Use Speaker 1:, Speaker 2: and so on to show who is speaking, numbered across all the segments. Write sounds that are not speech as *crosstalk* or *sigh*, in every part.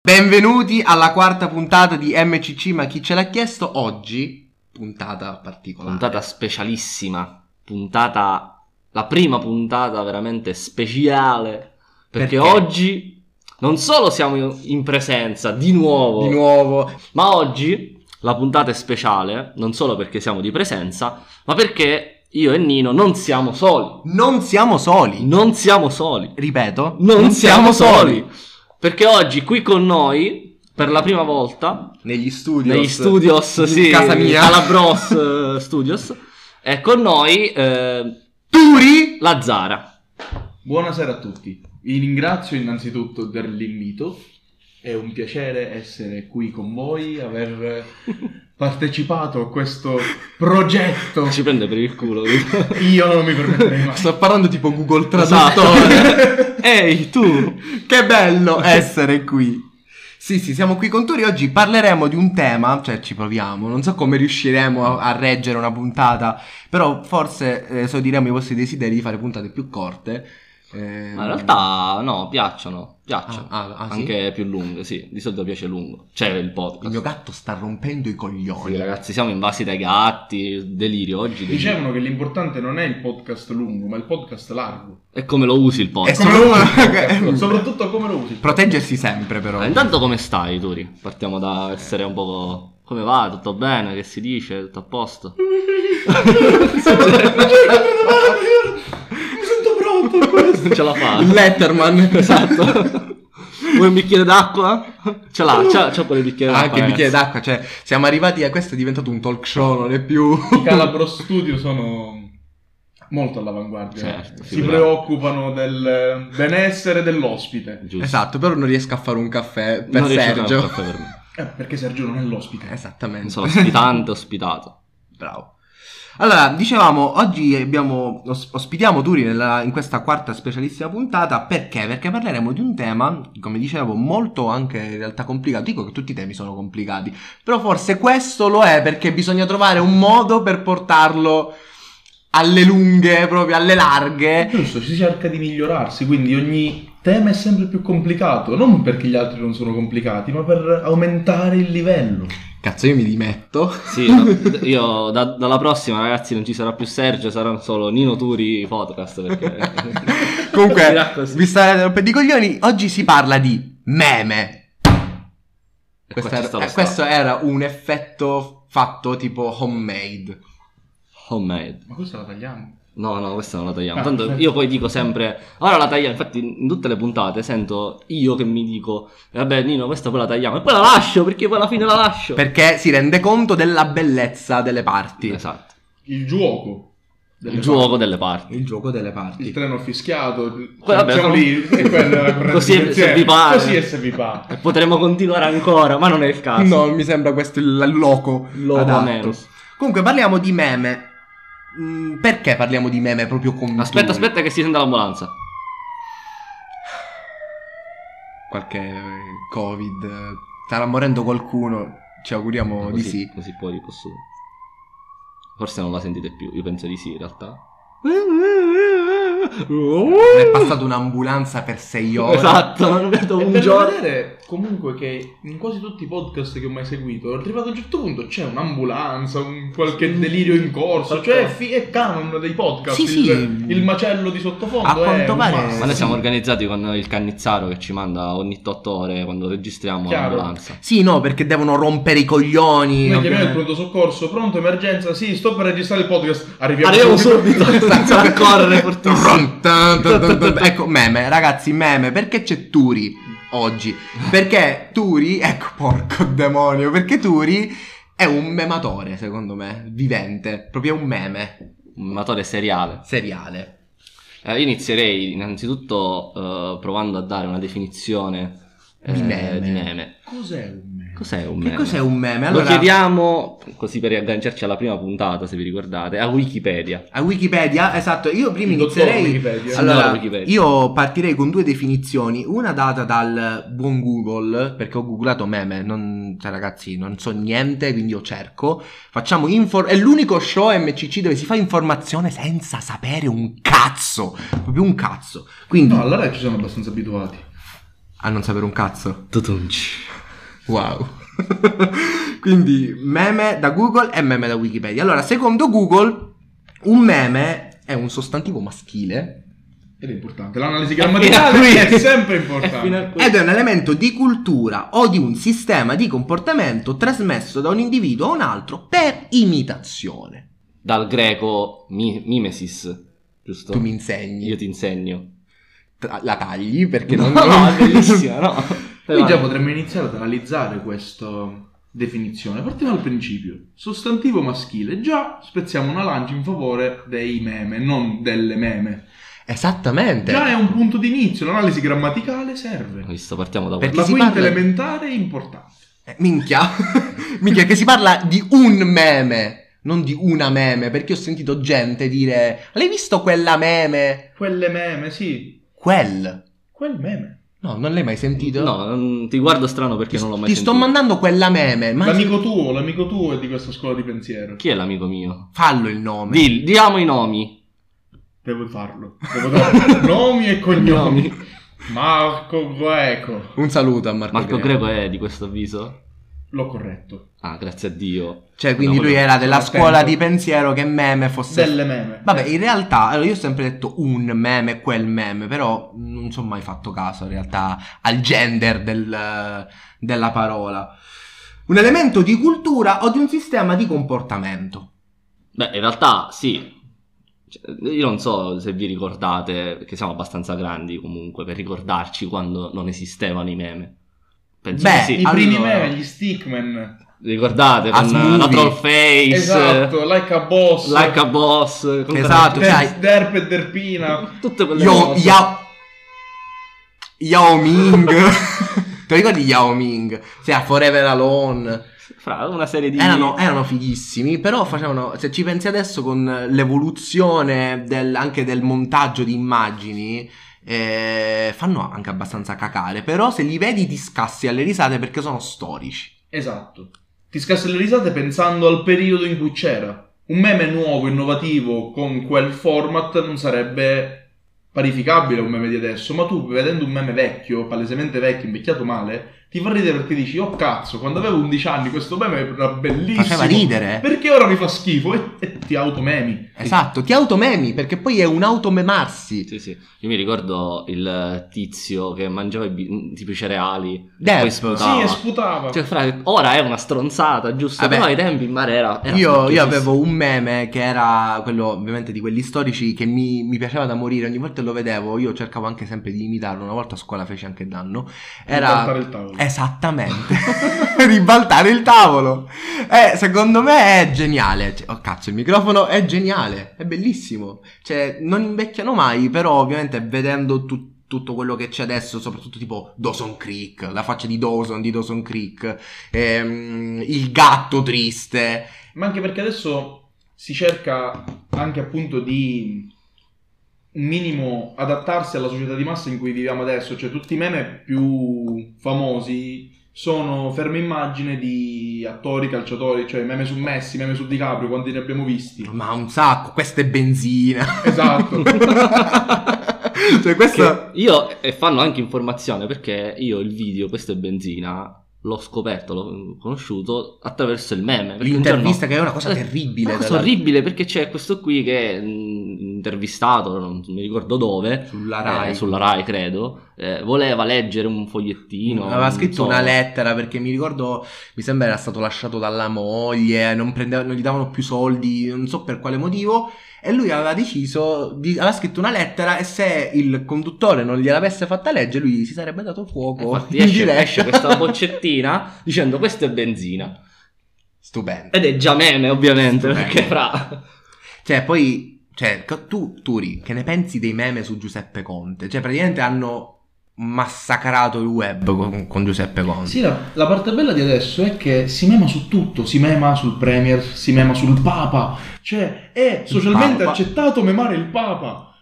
Speaker 1: Benvenuti alla quarta puntata di MCC, ma chi ce l'ha chiesto oggi? Puntata particolare.
Speaker 2: Puntata specialissima, puntata, la prima puntata veramente speciale, perché,
Speaker 1: Perché?
Speaker 2: oggi non solo siamo in, in presenza di nuovo,
Speaker 1: Di nuovo.
Speaker 2: ma oggi la puntata è speciale, non solo perché siamo di presenza, ma perché io e Nino non siamo soli,
Speaker 1: Non siamo soli.
Speaker 2: non siamo soli,
Speaker 1: Ripeto,
Speaker 2: non, siamo, soli, perché oggi qui con noi, per la prima volta,
Speaker 1: Negli studios.
Speaker 2: negli studios,
Speaker 1: In
Speaker 2: sì,
Speaker 1: casa mia.
Speaker 2: alla Bros eh, Studios. È con noi eh,
Speaker 1: Turi.
Speaker 2: la Zara.
Speaker 3: Buonasera a tutti, vi ringrazio innanzitutto dell'invito, è un piacere essere qui con voi, aver partecipato a questo progetto.
Speaker 2: Ci prende per
Speaker 1: *laughs*
Speaker 2: il culo.
Speaker 3: Io non mi permetterei mai.
Speaker 1: Sto parlando tipo Google *laughs* Traduttore.
Speaker 2: Traduttore. Esatto. Ehi,
Speaker 1: Eh,
Speaker 2: tu.
Speaker 1: *laughs* che bello essere qui. Sì, sì, siamo qui con Turi. Oggi parleremo di un tema, cioè ci proviamo. Non so come riusciremo a, a reggere una puntata, però forse eh, sodiremo i vostri desideri di fare puntate più corte. Eh,
Speaker 2: Ma in realtà no, piacciono, piacciono.
Speaker 1: Ah, ah, ah, sì?
Speaker 2: Anche più lunghe, sì. Di solito piace lungo. C'è il podcast.
Speaker 1: Il mio gatto sta rompendo i coglioni.
Speaker 2: Sì, eh. ragazzi, siamo invasi dai gatti, delirio oggi. delirio.
Speaker 3: Dicevano che l'importante non è il podcast lungo, ma il podcast largo.
Speaker 2: E come lo usi il
Speaker 1: E
Speaker 2: podcast?
Speaker 1: come lo-
Speaker 3: Soprattutto- Soprattutto come lo usi.
Speaker 1: Proteggersi sempre, però.
Speaker 2: Ah, intanto come stai, Turi? Partiamo da essere un po'... Come va? Tutto bene? Che si dice? Tutto
Speaker 1: *laughs*
Speaker 2: a posto?
Speaker 3: Mi sento pronto a questo.
Speaker 2: Non ce la fa.
Speaker 1: Letterman,
Speaker 2: *laughs*
Speaker 1: *laughs*
Speaker 2: Esatto. *laughs* Vuoi un bicchiere d'acqua? Ce l'ha, c'ha, c'ha pure il bicchiere d'acqua. eh.
Speaker 1: Anche il bicchiere
Speaker 2: ragazzi.
Speaker 1: d'acqua, cioè, siamo arrivati a questo è diventato un talk show, non è più.
Speaker 2: *laughs*
Speaker 3: I Calabro Studio sono molto all'avanguardia.
Speaker 2: Certo,
Speaker 3: si
Speaker 2: sicuramente.
Speaker 3: preoccupano del benessere dell'ospite.
Speaker 2: Giusto.
Speaker 1: Esatto, però non riesco a fare un caffè per
Speaker 2: Non riesce a fare un
Speaker 1: Sergio.
Speaker 2: caffè per me.
Speaker 3: Eh, perché Sergio non è
Speaker 2: Eh,
Speaker 3: l'ospite.
Speaker 1: Esattamente.
Speaker 2: Non sono ospitante, ospitato.
Speaker 1: Bravo. Allora, dicevamo, oggi abbiamo, os- ospitiamo Turi nella- in questa quarta specialissima puntata perché? Perché parleremo di un tema, come dicevo, molto anche in realtà complicato. Dico che tutti i temi sono complicati, però forse questo lo è perché bisogna trovare un modo per portarlo alle lunghe, proprio alle larghe.
Speaker 3: Giusto, si cerca di migliorarsi, quindi ogni tema è sempre più complicato, non perché gli altri non sono complicati, ma per aumentare il livello.
Speaker 1: Cazzo, io mi dimetto.
Speaker 2: Sì, no,
Speaker 1: *laughs*
Speaker 2: io da- dalla prossima ragazzi non ci sarà più Sergio, sarà solo Nino Turi podcast
Speaker 1: *laughs*
Speaker 2: perché...
Speaker 1: Comunque,
Speaker 2: Dirà così.
Speaker 1: vi starete rompendo i coglioni. Oggi si parla di meme.
Speaker 2: E
Speaker 1: Questo
Speaker 2: qua ci
Speaker 1: era,
Speaker 2: sta
Speaker 1: eh,
Speaker 2: lo
Speaker 1: questo
Speaker 2: stato.
Speaker 1: era un effetto fatto tipo homemade.
Speaker 2: Homemade.
Speaker 3: Ma questa la tagliamo?
Speaker 2: No, no, questa non la
Speaker 3: Ah,
Speaker 2: tagliamo. Tanto
Speaker 3: certo.
Speaker 2: io poi dico sempre. Ora la tagliamo. Infatti, in tutte le puntate sento io che mi dico: Vabbè, Nino, questa poi la tagliamo. E poi la lascio perché poi alla fine la lascio.
Speaker 1: Perché si rende conto della bellezza delle parti.
Speaker 2: Esatto.
Speaker 3: Il gioco.
Speaker 2: Il gioco delle parti.
Speaker 1: Il gioco delle parti.
Speaker 3: Il treno fischiato,
Speaker 2: Poi vabbè,
Speaker 3: siamo
Speaker 2: no.
Speaker 3: lì, e quella è la corrente
Speaker 2: Così è-
Speaker 3: di pensiero.
Speaker 2: se vi pare.
Speaker 3: Così è se vi pare.
Speaker 2: E potremmo continuare ancora, ma non è il caso.
Speaker 1: No, mi sembra questo il Ah, loco.
Speaker 2: Lo
Speaker 1: adatto.
Speaker 2: meno.
Speaker 1: Comunque parliamo di meme. Mm, Perché parliamo di meme proprio con
Speaker 2: Aspetta,
Speaker 1: Turi?
Speaker 2: aspetta, che si sente l'ambulanza.
Speaker 1: Qualche eh, covid. eh, Starà morendo qualcuno. Ci auguriamo di
Speaker 2: così,
Speaker 1: sì.
Speaker 2: Così poi posso. Forse non la sentite più. Io penso di sì, in realtà. Uh,
Speaker 1: È passata un'ambulanza per sei ore. *laughs*
Speaker 2: Esatto, non vedo
Speaker 3: E
Speaker 2: un
Speaker 3: per
Speaker 2: giorno.
Speaker 3: vedere comunque che in quasi tutti i podcast che ho mai seguito, arrivato a un certo punto c'è un'ambulanza, un qualche delirio in corso, cioè è,
Speaker 2: Certo.
Speaker 3: fi- è canon dei podcast,
Speaker 1: Sì,
Speaker 3: il,
Speaker 1: sì.
Speaker 3: il macello di sottofondo
Speaker 1: A
Speaker 3: è
Speaker 1: quanto
Speaker 3: un
Speaker 1: pare-
Speaker 3: must.
Speaker 2: Ma noi siamo
Speaker 1: Sì.
Speaker 2: organizzati con il Cannizzaro che ci manda ogni 8 ore quando registriamo
Speaker 3: Chiaro.
Speaker 2: l'ambulanza.
Speaker 1: Sì, no, perché devono rompere i coglioni.
Speaker 3: Noi chiamiamo il
Speaker 1: ovviamente.
Speaker 3: pronto soccorso, pronto emergenza, sì, sto per registrare il podcast, arriviamo,
Speaker 2: Arriviamo subito, *laughs* senza
Speaker 1: *laughs*
Speaker 2: accorrere fortissimo.
Speaker 1: Ron, tan, tan, tan, tan. Ecco, meme, ragazzi, meme, perché c'è Turi oggi? Perché Turi, ecco, porco demonio, perché Turi è un mematore, secondo me, vivente, proprio un meme
Speaker 2: Un matore seriale.
Speaker 1: seriale.
Speaker 2: Eh, io inizierei innanzitutto eh, provando a dare una definizione eh,
Speaker 1: Di meme.
Speaker 2: di meme.
Speaker 3: *laughs* Cos'è un meme?
Speaker 2: Cos'è un
Speaker 1: Che
Speaker 2: meme?
Speaker 1: cos'è un meme?
Speaker 2: Lo
Speaker 1: Allora,
Speaker 2: chiediamo, così per riagganciarci alla prima puntata, se vi ricordate, a Wikipedia.
Speaker 1: a Wikipedia, esatto, io prima
Speaker 3: Il dottor
Speaker 1: inizierei...
Speaker 3: Wikipedia.
Speaker 2: Allora-
Speaker 1: Allora,
Speaker 2: Wikipedia.
Speaker 1: io partirei con due definizioni, una data dal buon Google, perché ho googlato meme, non, cioè, ragazzi non so niente, quindi io cerco, facciamo info- è l'unico show MCC dove si fa informazione senza sapere un cazzo, proprio un cazzo, quindi ah,
Speaker 3: No, alla RAI ci sono abbastanza abituati.
Speaker 1: a non sapere un cazzo.
Speaker 2: Tutunci.
Speaker 1: Wow. *laughs* Quindi meme da Google e meme da Wikipedia. Allora, secondo Google, un meme è un sostantivo maschile
Speaker 3: Ed è importante.
Speaker 2: *laughs*
Speaker 3: L'analisi grammaticale Esatto. è sempre importante.
Speaker 2: È fino a qui.
Speaker 1: ed è un elemento di cultura o di un sistema di comportamento trasmesso da un individuo a un altro per imitazione.
Speaker 2: Dal greco mi- mimesis, giusto?
Speaker 1: Tu mi insegni.
Speaker 2: Io ti insegno.
Speaker 1: Tra- la tagli perché non...
Speaker 2: no,
Speaker 1: *laughs*
Speaker 2: no, è *laughs* bellissima, no.
Speaker 3: Qui già potremmo iniziare ad analizzare questa definizione. Partiamo dal principio. Sostantivo maschile. Già spezziamo una lancia in favore dei meme, non delle meme.
Speaker 1: Esattamente.
Speaker 3: Già è un punto di inizio. L'analisi grammaticale serve.
Speaker 2: Visto, partiamo da
Speaker 1: Perché
Speaker 3: La
Speaker 1: si
Speaker 3: quinta
Speaker 1: parla-
Speaker 3: elementare è importante.
Speaker 1: Eh, Minchia. *laughs* Minchia che si parla di un meme, non di una meme, perché ho sentito gente dire "L'hai visto quella meme?"
Speaker 3: Quelle meme, sì.
Speaker 1: Quel.
Speaker 3: Quel meme.
Speaker 1: No, non l'hai mai sentito?
Speaker 2: No, non- ti guardo strano perché
Speaker 1: Ti,
Speaker 2: non l'ho mai
Speaker 1: ti
Speaker 2: sentito.
Speaker 1: sto mandando quella meme, ma
Speaker 3: L'amico tuo, l'amico tuo è di questa scuola di pensiero.
Speaker 2: Chi è l'amico mio?
Speaker 1: fallo il nome.
Speaker 2: Dil- diamo i nomi.
Speaker 3: Devo farlo. Devo dare *laughs* nomi e cognomi.
Speaker 2: Nomi.
Speaker 3: Marco Greco.
Speaker 1: Un saluto a Marco,
Speaker 2: Marco
Speaker 1: Greco.
Speaker 2: Greco è di questo avviso?
Speaker 3: L'ho corretto.
Speaker 2: Ah, grazie a Dio.
Speaker 1: Cioè, quindi
Speaker 2: No,
Speaker 1: lui
Speaker 2: quello-
Speaker 1: era della
Speaker 3: sono
Speaker 1: scuola
Speaker 3: attento.
Speaker 1: di pensiero che meme fosse
Speaker 3: Delle meme.
Speaker 1: Vabbè, in realtà, allora io ho sempre detto un meme, quel meme, però non ci ho mai fatto caso in realtà al gender del- della parola. Un elemento di cultura o di un sistema di comportamento.
Speaker 2: Beh, in realtà sì. Cioè, Io non so se vi ricordate, perché siamo abbastanza grandi comunque, per ricordarci quando non esistevano i meme. Penso
Speaker 1: Beh,
Speaker 2: che sì.
Speaker 3: I primi
Speaker 1: allora.
Speaker 3: meme, gli stickman.
Speaker 2: Ricordate
Speaker 1: As
Speaker 2: con eh, la
Speaker 1: movie.
Speaker 2: troll face,
Speaker 3: Esatto, like a boss.
Speaker 2: eh, like a boss, cioè- con
Speaker 1: Esatto.
Speaker 3: Der-
Speaker 1: Dai.
Speaker 3: Derp e Derpina.
Speaker 2: tutte quelle
Speaker 1: Yo,
Speaker 2: cose.
Speaker 1: Yao, Yao Ming. Ti ricordi Yao Ming? Sì, a Forever Alone.
Speaker 2: Fra una serie di
Speaker 1: Erano, erano fighissimi, però facevano, se ci pensi adesso con l'evoluzione del- anche del montaggio di immagini, eh, fanno anche abbastanza cacare, però se li vedi ti scassi alle risate perché sono storici.
Speaker 3: Esatto. Ti scassi le risate pensando al periodo in cui c'era. Un meme nuovo, innovativo, con quel format non sarebbe parificabile a un meme di adesso, ma tu vedendo un meme vecchio, palesemente vecchio, invecchiato male, ti fa ridere perché dici, oh cazzo, quando avevo 11 anni questo meme era bellissimo.
Speaker 1: Faceva ridere.
Speaker 3: Perché ora mi fa schifo e, e ti automemi.
Speaker 1: Esatto, ti automemi perché poi è un automemarsi.
Speaker 2: Sì, sì. Io mi ricordo il tizio che mangiava i bi- tipo i cereali.
Speaker 1: Deh,
Speaker 2: poi sputava.
Speaker 3: Sì, e sputava.
Speaker 2: Cioè, fra- ora è una stronzata, giusto?
Speaker 1: Vabbè.
Speaker 2: Però ai tempi in mare era. era
Speaker 1: Io, io
Speaker 2: scontisissimo.
Speaker 1: avevo un meme che era quello ovviamente di quelli storici che mi, mi piaceva da morire, ogni volta che lo vedevo, io cercavo anche sempre di imitarlo, una volta a scuola feci anche danno. Era...
Speaker 3: Incartare il tavolo.
Speaker 1: Esattamente, *laughs* ribaltare il tavolo. Eh, secondo me è geniale. Cioè, oh cazzo, il microfono è geniale, è bellissimo. Cioè, non invecchiano mai, però ovviamente vedendo tu- tutto quello che c'è adesso, soprattutto tipo Dawson Creek, la faccia di Dawson, di Dawson Creek, ehm, il gatto triste.
Speaker 3: Ma anche perché adesso si cerca anche appunto di un minimo adattarsi alla società di massa in cui viviamo adesso, cioè tutti i meme più famosi sono ferme immagine di attori, calciatori, cioè meme su Messi, meme su DiCaprio, quanti ne abbiamo
Speaker 1: *laughs*
Speaker 3: visti.
Speaker 1: Ma un sacco, questa è benzina.
Speaker 3: Esatto.
Speaker 1: *laughs* cioè, questa...
Speaker 2: Che io e fanno anche informazione perché io il video, questo è benzina. L'ho scoperto, l'ho conosciuto attraverso il meme. perché un
Speaker 1: L'intervista
Speaker 2: giorno-
Speaker 1: che è una cosa
Speaker 2: Eh,
Speaker 1: terribile.
Speaker 2: Una cosa
Speaker 1: della-
Speaker 2: orribile perché c'è questo qui che è mh, intervistato, non mi ricordo dove,
Speaker 1: Sulla
Speaker 2: eh,
Speaker 1: Rai.
Speaker 2: sulla Rai credo, eh, voleva leggere un fogliettino.
Speaker 1: aveva
Speaker 2: non
Speaker 1: scritto
Speaker 2: so.
Speaker 1: una lettera perché mi ricordo, mi sembra era stato lasciato dalla moglie, non, prendeva- non gli davano più soldi, non so per quale motivo. E lui aveva deciso, di, aveva scritto una lettera e se il conduttore non gliel'avesse fatta leggere, lui si sarebbe dato
Speaker 2: Eh,
Speaker 1: fuoco.
Speaker 2: Infatti
Speaker 1: in
Speaker 2: esce,
Speaker 1: diretta.
Speaker 2: esce questa boccettina dicendo questa è benzina.
Speaker 1: *laughs* Stupendo.
Speaker 2: Ed è già meme ovviamente
Speaker 1: Stupendo.
Speaker 2: perché fra...
Speaker 1: Cioè, poi, cioè, co- tu, Turi, che ne pensi dei meme su Giuseppe Conte? Cioè, praticamente hanno massacrato il web con, con Giuseppe Conte.
Speaker 3: Sì, la, la parte bella di adesso è che si mema su tutto, si mema sul Premier, si mema sul Papa, cioè è socialmente
Speaker 1: Papa.
Speaker 3: accettato memare il Papa.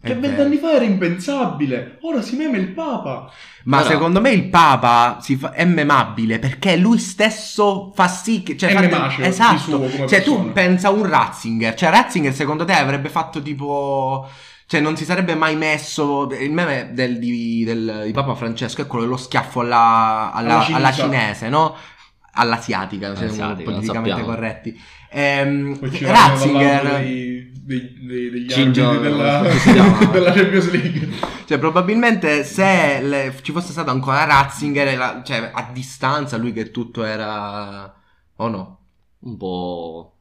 Speaker 1: È
Speaker 3: Che
Speaker 1: vero.
Speaker 3: vent'anni fa era impensabile, ora si mema il Papa.
Speaker 1: Ma
Speaker 2: Allora-
Speaker 1: secondo me il Papa si fa- è memabile perché lui stesso fa sì che. Cioè,
Speaker 3: È
Speaker 1: fa-
Speaker 3: memace di
Speaker 1: esatto.
Speaker 3: suo come
Speaker 1: cioè, tu
Speaker 3: persona.
Speaker 1: pensa a un Ratzinger. Cioè, Ratzinger secondo te avrebbe fatto tipo. Cioè, non si sarebbe mai messo. Il meme del, di, del- di Papa Francesco è quello dello schiaffo alla, alla-
Speaker 3: Alla cinese.
Speaker 1: alla cinese, no? All'asiatica, siamo
Speaker 2: All'asiatica, non
Speaker 1: politicamente
Speaker 2: sappiamo.
Speaker 1: corretti. Ehm,
Speaker 3: Poi ci
Speaker 1: Ratzinger.
Speaker 3: Ratzinger dei, dei, degli
Speaker 2: Ginger-
Speaker 3: arbitri della,
Speaker 2: come
Speaker 3: *laughs*
Speaker 2: si chiama?
Speaker 3: della Champions League.
Speaker 1: Cioè, probabilmente se le- ci fosse stato ancora Ratzinger, la- cioè, a distanza, lui che tutto era. O no?
Speaker 2: Un po',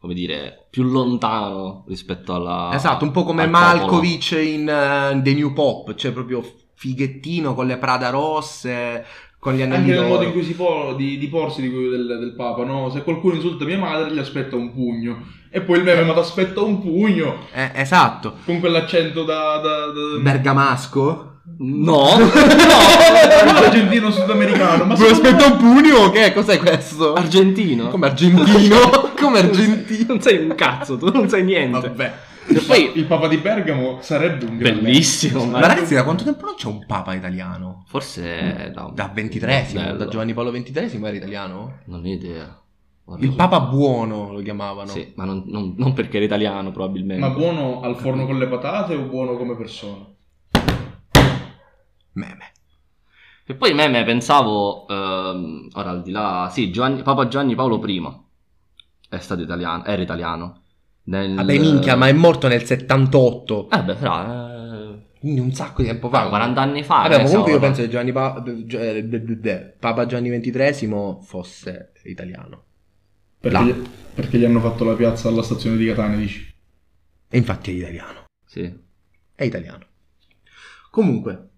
Speaker 2: come dire, più lontano rispetto alla...
Speaker 1: esatto, un po' come
Speaker 2: Ah, al
Speaker 1: Malkovich in eh, The New Pop, cioè proprio fighettino con le Prada rosse, con gli anelli
Speaker 3: Anche nel modo in
Speaker 1: d'oro.
Speaker 3: cui si può di, di porsi di quello del, del Papa, no? Se qualcuno insulta mia madre, gli aspetta un pugno. E poi il meme, ma ti aspetta un pugno
Speaker 1: Eh, esatto.
Speaker 3: con quell'accento da. da, da
Speaker 1: Bergamasco. *laughs*
Speaker 2: popolo.
Speaker 3: Un
Speaker 2: No!
Speaker 3: argentino sudamericano. Ma
Speaker 1: Mi
Speaker 3: secondo me-
Speaker 1: un pugno? Che cos'è questo?
Speaker 2: Argentino.
Speaker 1: Come argentino? *laughs* Come argentino?
Speaker 2: Non sei un cazzo, tu non sai niente.
Speaker 1: Vabbè.
Speaker 2: E poi...
Speaker 3: il Papa di Bergamo sarebbe un gran
Speaker 2: Bellissimo,
Speaker 1: Ma ragazzi, da quanto tempo non c'è un papa italiano?
Speaker 2: Forse da,
Speaker 1: Da 23 da
Speaker 2: Bello.
Speaker 1: Giovanni Paolo XXIII era italiano?
Speaker 2: Non ho idea. Guarda,
Speaker 1: Il Papa Buono lo chiamavano.
Speaker 2: Sì, ma non, non- non perché era italiano probabilmente.
Speaker 3: Ma buono al forno con le patate o buono come persona?
Speaker 1: Meme.
Speaker 2: E poi me, me pensavo, ehm, ora al di là, sì, Giovanni- Papa Gianni Paolo I è stato italiano, era italiano. Nel...
Speaker 1: Vabbè, minchia, ma è morto nel 78.
Speaker 2: Eh beh, fra... eh,
Speaker 1: Quindi un sacco di tempo fa.
Speaker 2: fra 40 Ah, anni fa. eh,
Speaker 1: Vabbè,
Speaker 2: che ne
Speaker 1: ma comunque
Speaker 2: so,
Speaker 1: io
Speaker 2: ma-
Speaker 1: penso che Giovanni Pa- Gio- eh, de- de- de- Papa Giovanni XXIII fosse italiano. Là.
Speaker 3: Perché, perché gli hanno fatto la piazza alla stazione di Catania, dici?
Speaker 1: E infatti è italiano.
Speaker 2: Sì.
Speaker 1: È italiano. Comunque,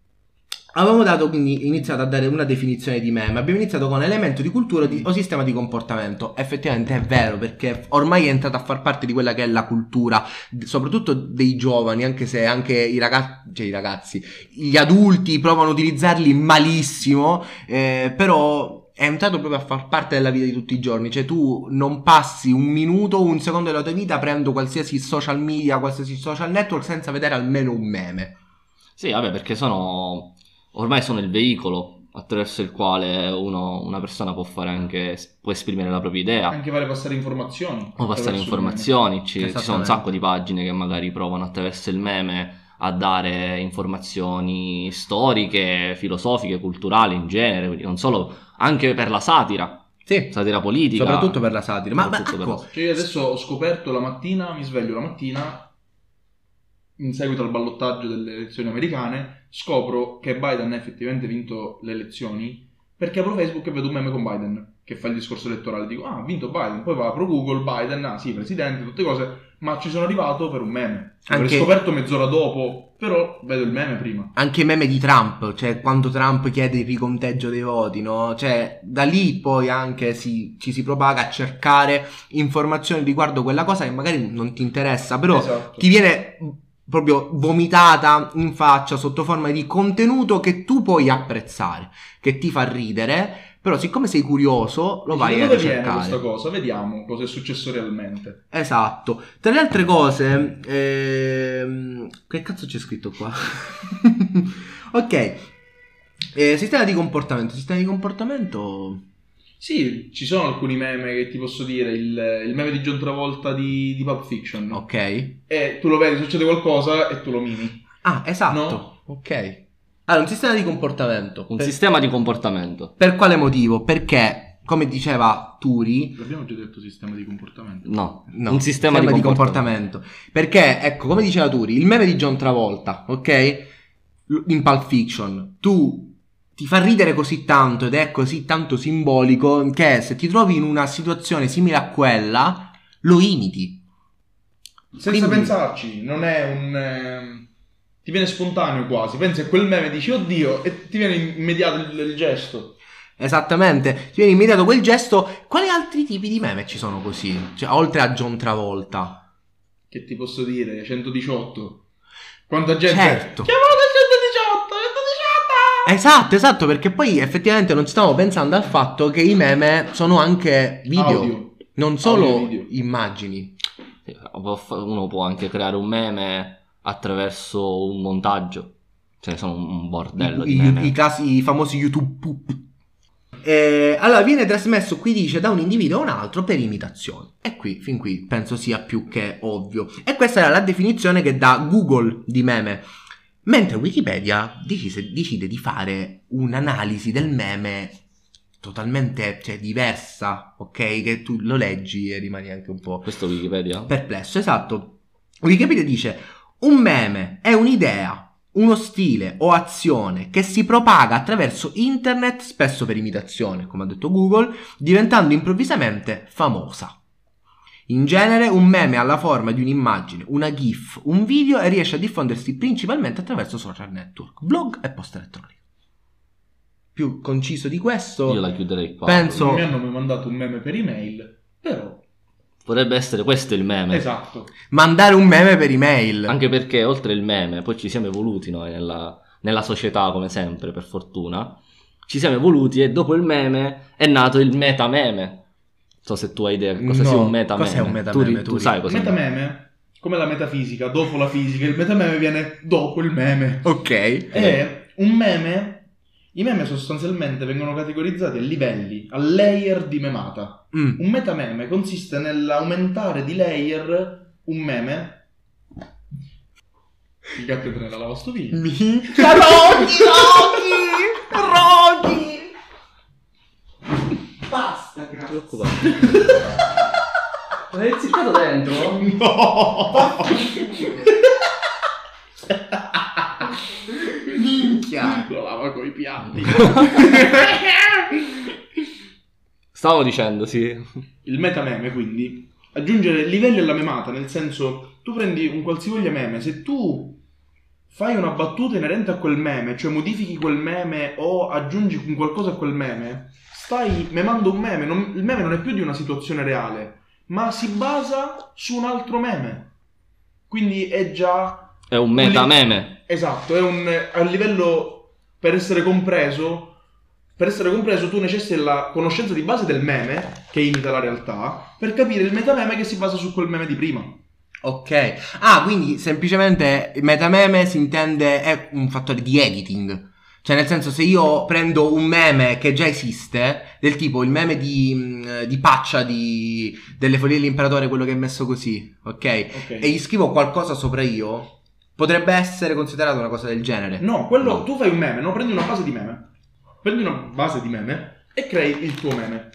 Speaker 1: avevamo dato, quindi iniziato a dare una definizione di meme. Abbiamo iniziato con elemento di cultura di- o sistema di comportamento. Effettivamente è vero, perché ormai è entrata a far parte di quella che è la cultura, d- soprattutto dei giovani, anche se anche i ragazzi, cioè i ragazzi, gli adulti provano a utilizzarli malissimo, eh, però è entrato proprio a far parte della vita di tutti i giorni, cioè tu non passi un minuto, un secondo della tua vita prendo qualsiasi social media, qualsiasi social network senza vedere almeno un meme.
Speaker 2: Sì, vabbè, perché sono... ormai sono il veicolo attraverso il quale uno, una persona può fare anche, può esprimere la propria idea.
Speaker 1: Eh,
Speaker 3: Anche fare passare informazioni.
Speaker 2: o passare
Speaker 3: Attraverso
Speaker 2: informazioni, ci, ci sono un
Speaker 1: Esattamente.
Speaker 2: sacco di pagine che magari provano attraverso il meme a dare informazioni storiche, filosofiche, culturali in genere, quindi non solo, anche per la satira,
Speaker 1: Sì,
Speaker 2: satira politica.
Speaker 1: soprattutto per la satira. Ma, ma
Speaker 2: Soprattutto per
Speaker 1: ecco,
Speaker 2: la-
Speaker 3: il meme. Cioè io adesso ho scoperto la mattina, mi sveglio la mattina, in seguito al ballottaggio delle elezioni americane, scopro che Biden ha effettivamente vinto le elezioni perché apro Facebook e vedo un meme con Biden che fa il discorso elettorale. Dico, ah, ha vinto Biden. Poi va, apro Google, Biden, ah sì, presidente, tutte cose. Ma ci sono arrivato per un meme. L'ho
Speaker 1: Anche-
Speaker 3: scoperto mezz'ora dopo, però vedo il meme prima.
Speaker 1: anche i meme di Trump, cioè quando Trump chiede il riconteggio dei voti, no? Cioè, da lì poi anche si- ci si propaga a cercare informazioni riguardo quella cosa che magari non ti interessa, però
Speaker 3: Esatto.
Speaker 1: ti viene proprio vomitata in faccia sotto forma di contenuto che tu puoi apprezzare, che ti fa ridere, però siccome sei curioso lo vai a
Speaker 3: dove viene questa
Speaker 1: ricercare.
Speaker 3: cosa? Vediamo cosa è successo realmente.
Speaker 1: Esatto. Tra le altre cose, ehm, che cazzo c'è scritto qua? *laughs* ok. Eh, sistema di comportamento, sistema di comportamento
Speaker 3: Sì, ci sono alcuni meme che ti posso dire, il, il meme di John Travolta di, di Pulp Fiction.
Speaker 1: ok.
Speaker 3: E tu lo vedi, succede qualcosa e tu lo mimi.
Speaker 1: Ah, esatto.
Speaker 3: No.
Speaker 1: Ok. Allora, un sistema di comportamento.
Speaker 2: Un
Speaker 1: per,
Speaker 2: sistema di comportamento.
Speaker 1: per quale motivo? Perché, come diceva Turi,
Speaker 3: L'abbiamo già detto sistema di comportamento.
Speaker 2: No,
Speaker 1: No,
Speaker 2: un sistema,
Speaker 1: di,
Speaker 2: di comportamento.
Speaker 1: comportamento. Perché, ecco, come diceva Turi, il meme di John Travolta, ok? L- In Pulp Fiction, tu ti fa ridere così tanto ed è così tanto simbolico che se ti trovi in una situazione simile a quella, lo imiti.
Speaker 3: Senza
Speaker 1: Quindi-
Speaker 3: pensarci, non è un... ehm, ti viene spontaneo quasi, pensi a quel meme, dici oddio, e ti viene immediato il, il gesto.
Speaker 1: Esattamente, ti viene immediato quel gesto. Quali altri tipi di meme ci sono così? Cioè, oltre a John Travolta.
Speaker 3: Che ti posso dire, 118. Quanta gente...
Speaker 1: Certo.
Speaker 3: Chiamate il 118, 118!
Speaker 1: Esatto, esatto, perché poi effettivamente non stiamo pensando al fatto che i meme sono anche Eh, video,
Speaker 3: Audio.
Speaker 1: non solo
Speaker 3: Audio, video.
Speaker 1: immagini.
Speaker 2: Sì, può fa- Uno può anche creare un meme attraverso un montaggio. Ce ne sono un bordello
Speaker 1: I,
Speaker 2: di
Speaker 1: i-
Speaker 2: meme.
Speaker 1: i classi- i famosi YouTube poop. Eh, allora viene trasmesso qui dice da un individuo a un altro per imitazione. E qui, fin qui, penso sia più che ovvio. E questa era la definizione che dà Google di meme. Mentre Wikipedia decise- decide di fare un'analisi del meme totalmente cioè, diversa, ok? Che tu lo leggi e rimani anche un po'
Speaker 2: Questo Wikipedia?
Speaker 1: perplesso, esatto. Wikipedia dice: un meme è un'idea, uno stile o azione che si propaga attraverso internet, spesso per imitazione, come ha detto Google, diventando improvvisamente famosa. In genere un meme ha la forma di un'immagine, una GIF, un video e riesce a diffondersi principalmente attraverso social network, blog e post elettronico. Più conciso di questo,
Speaker 2: Io la chiuderei qua.
Speaker 1: Penso-
Speaker 3: Mi hanno mandato un meme per email, però...
Speaker 2: Potrebbe essere questo il
Speaker 1: Eh.
Speaker 2: meme.
Speaker 3: Esatto.
Speaker 1: mandare un meme per email.
Speaker 2: Anche perché oltre il meme, poi ci siamo evoluti noi nella, nella società, come sempre, per fortuna. Ci siamo evoluti e dopo il meme è nato il metameme. Non so se tu hai idea che cosa
Speaker 1: No,
Speaker 2: sia un metameme.
Speaker 1: cos'è un metameme,
Speaker 2: Tu, ri- tu
Speaker 1: Turi?
Speaker 2: sai cosa
Speaker 3: Metameme, come la metafisica, dopo la fisica, il metameme viene dopo il meme.
Speaker 1: Ok.
Speaker 2: Eh,
Speaker 3: È un meme... I meme sostanzialmente vengono categorizzati a livelli, a layer di memata.
Speaker 1: Mm.
Speaker 3: Un metameme consiste nell'aumentare di layer un meme. Il gatto entra nella lavastoviglie.
Speaker 1: Minchia, Rocky, Rocky, Rocky. Basta,
Speaker 2: Non ti
Speaker 1: grazie.
Speaker 2: preoccupare. *laughs* L'hai ziccato
Speaker 1: *laughs*
Speaker 2: dentro?
Speaker 3: *laughs* No!
Speaker 1: Minchia.
Speaker 3: Lo lava coi piatti.
Speaker 2: Stavo dicendo, sì.
Speaker 3: Il metameme, quindi, aggiungere livelli alla memata, nel senso, tu prendi un qualsivoglia meme, se tu fai una battuta inerente a quel meme, cioè modifichi quel meme o aggiungi un qualcosa a quel meme, stai memando un meme, non- il meme non è più di una situazione reale, ma si basa su un altro meme. Quindi è già
Speaker 2: È un metameme.
Speaker 3: Esatto, è un a livello per essere compreso. Per essere compreso, tu necessiti la conoscenza di base del meme che imita la realtà per capire il metameme che si basa su quel meme di prima.
Speaker 1: Ok. Ah, quindi semplicemente metameme si intende è un fattore di editing. Cioè, nel senso, se io prendo un meme che già esiste, del tipo il meme di, mh, di Paccia di, delle Folie dell'Imperatore, quello che è messo così, ok?
Speaker 3: Ok.
Speaker 1: E gli scrivo qualcosa sopra io, potrebbe essere considerato una cosa del genere.
Speaker 3: No, quello
Speaker 2: No.
Speaker 3: tu fai un meme, no? Prendi una base di meme. Prendi una base di meme e crei il tuo meme.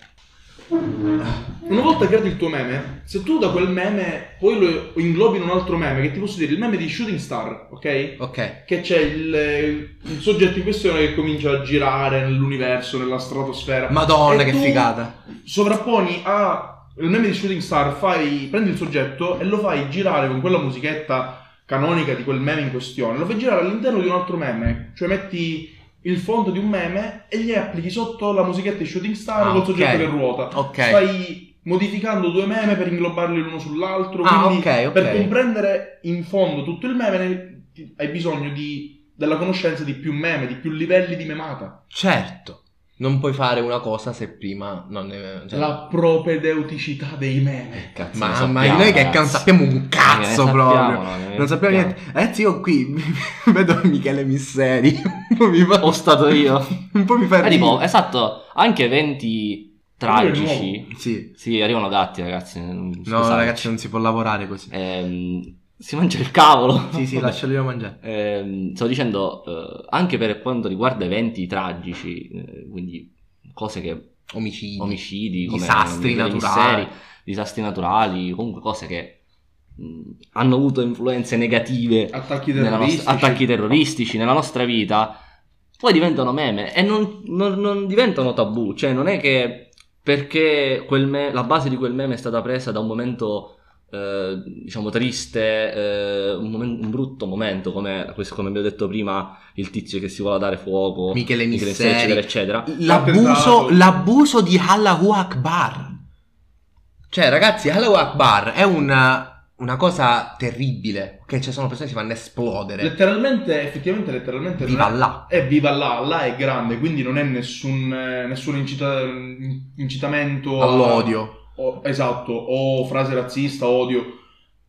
Speaker 3: Una volta creato il tuo meme, se tu da quel meme poi lo inglobi in un altro meme, che ti posso dire il meme di Shooting Star, ok?
Speaker 1: Ok.
Speaker 3: che c'è il, il soggetto in questione che comincia a girare nell'universo, nella stratosfera.
Speaker 1: Madonna,
Speaker 3: E
Speaker 1: che
Speaker 3: tu
Speaker 1: figata.
Speaker 3: Sovrapponi a il meme di Shooting Star, fai, prendi il soggetto e lo fai girare con quella musichetta canonica di quel meme in questione, lo fai girare all'interno di un altro meme, cioè metti il fondo di un meme e gli applichi sotto la musichetta di Shooting Star
Speaker 1: Ah,
Speaker 3: col
Speaker 1: ok.
Speaker 3: soggetto che ruota.
Speaker 1: Ok.
Speaker 3: Stai modificando due meme per inglobarli l'uno sull'altro,
Speaker 1: Ah,
Speaker 3: quindi
Speaker 1: ok, ok.
Speaker 3: per comprendere in fondo tutto il meme ne- ti- hai bisogno di, della conoscenza di più meme, di più livelli di memata.
Speaker 1: Certo, non puoi fare una cosa se prima non ne... cioè-
Speaker 3: La propedeuticità dei meme.
Speaker 2: Cazzo, ne
Speaker 1: Mamma mia,
Speaker 2: sappiamo,
Speaker 1: noi che
Speaker 2: ragazzi. Eh,
Speaker 1: non eh. sappiamo un
Speaker 2: Ne
Speaker 1: cazzo
Speaker 2: sappiamo,
Speaker 1: proprio.
Speaker 2: no, ne
Speaker 1: Non sappiamo niente. Ragazzi, io qui *laughs* vedo Michele Misseri. *laughs* Un po' mi fa,
Speaker 2: Ho stato io.
Speaker 1: *laughs* un po' mi fa
Speaker 2: Eh, tipo,
Speaker 1: ridere.
Speaker 2: esatto, anche eventi tragici.
Speaker 1: Sì.
Speaker 2: Sì, arrivano gatti, ragazzi. Ehm,
Speaker 1: No, ragazzi, non si può lavorare così.
Speaker 2: si mangia il cavolo.
Speaker 1: Sì, sì,
Speaker 2: Vabbè.
Speaker 1: lascialo io mangiare.
Speaker 2: *laughs* Ehm, stavo dicendo, eh, anche per quanto riguarda eventi tragici, eh, quindi cose che
Speaker 1: Omicidi.
Speaker 2: omicidi, come
Speaker 1: Disastri
Speaker 2: Michele
Speaker 1: naturali.
Speaker 2: Misseri, disastri naturali, comunque cose che mh, hanno avuto influenze negative,
Speaker 3: Attacchi
Speaker 2: nella
Speaker 3: terroristici.
Speaker 2: nostra- attacchi terroristici nella nostra vita, poi diventano meme e non, non- non diventano tabù, cioè non è che perché quel me- la base di quel meme è stata presa da un momento eh, diciamo triste, eh, un, momen- un brutto momento come, questo- come abbiamo detto prima, il tizio che si vuole dare fuoco,
Speaker 1: Michele
Speaker 2: Michele Misseri, eccetera,
Speaker 1: Misseri.
Speaker 2: eccetera.
Speaker 1: L'abuso,
Speaker 3: Attentato.
Speaker 1: l'abuso di Allahu Akbar. Cioè, ragazzi, Allahu Akbar è una, una cosa terribile. Che ci sono persone che si fanno esplodere.
Speaker 3: Letteralmente, effettivamente, letteralmente.
Speaker 1: Viva
Speaker 3: non è-
Speaker 1: là.
Speaker 3: E viva là, là è grande, quindi non è nessun, eh, nessun incita- incitamento a-
Speaker 1: All'odio.
Speaker 3: o- esatto, o frase razzista, odio.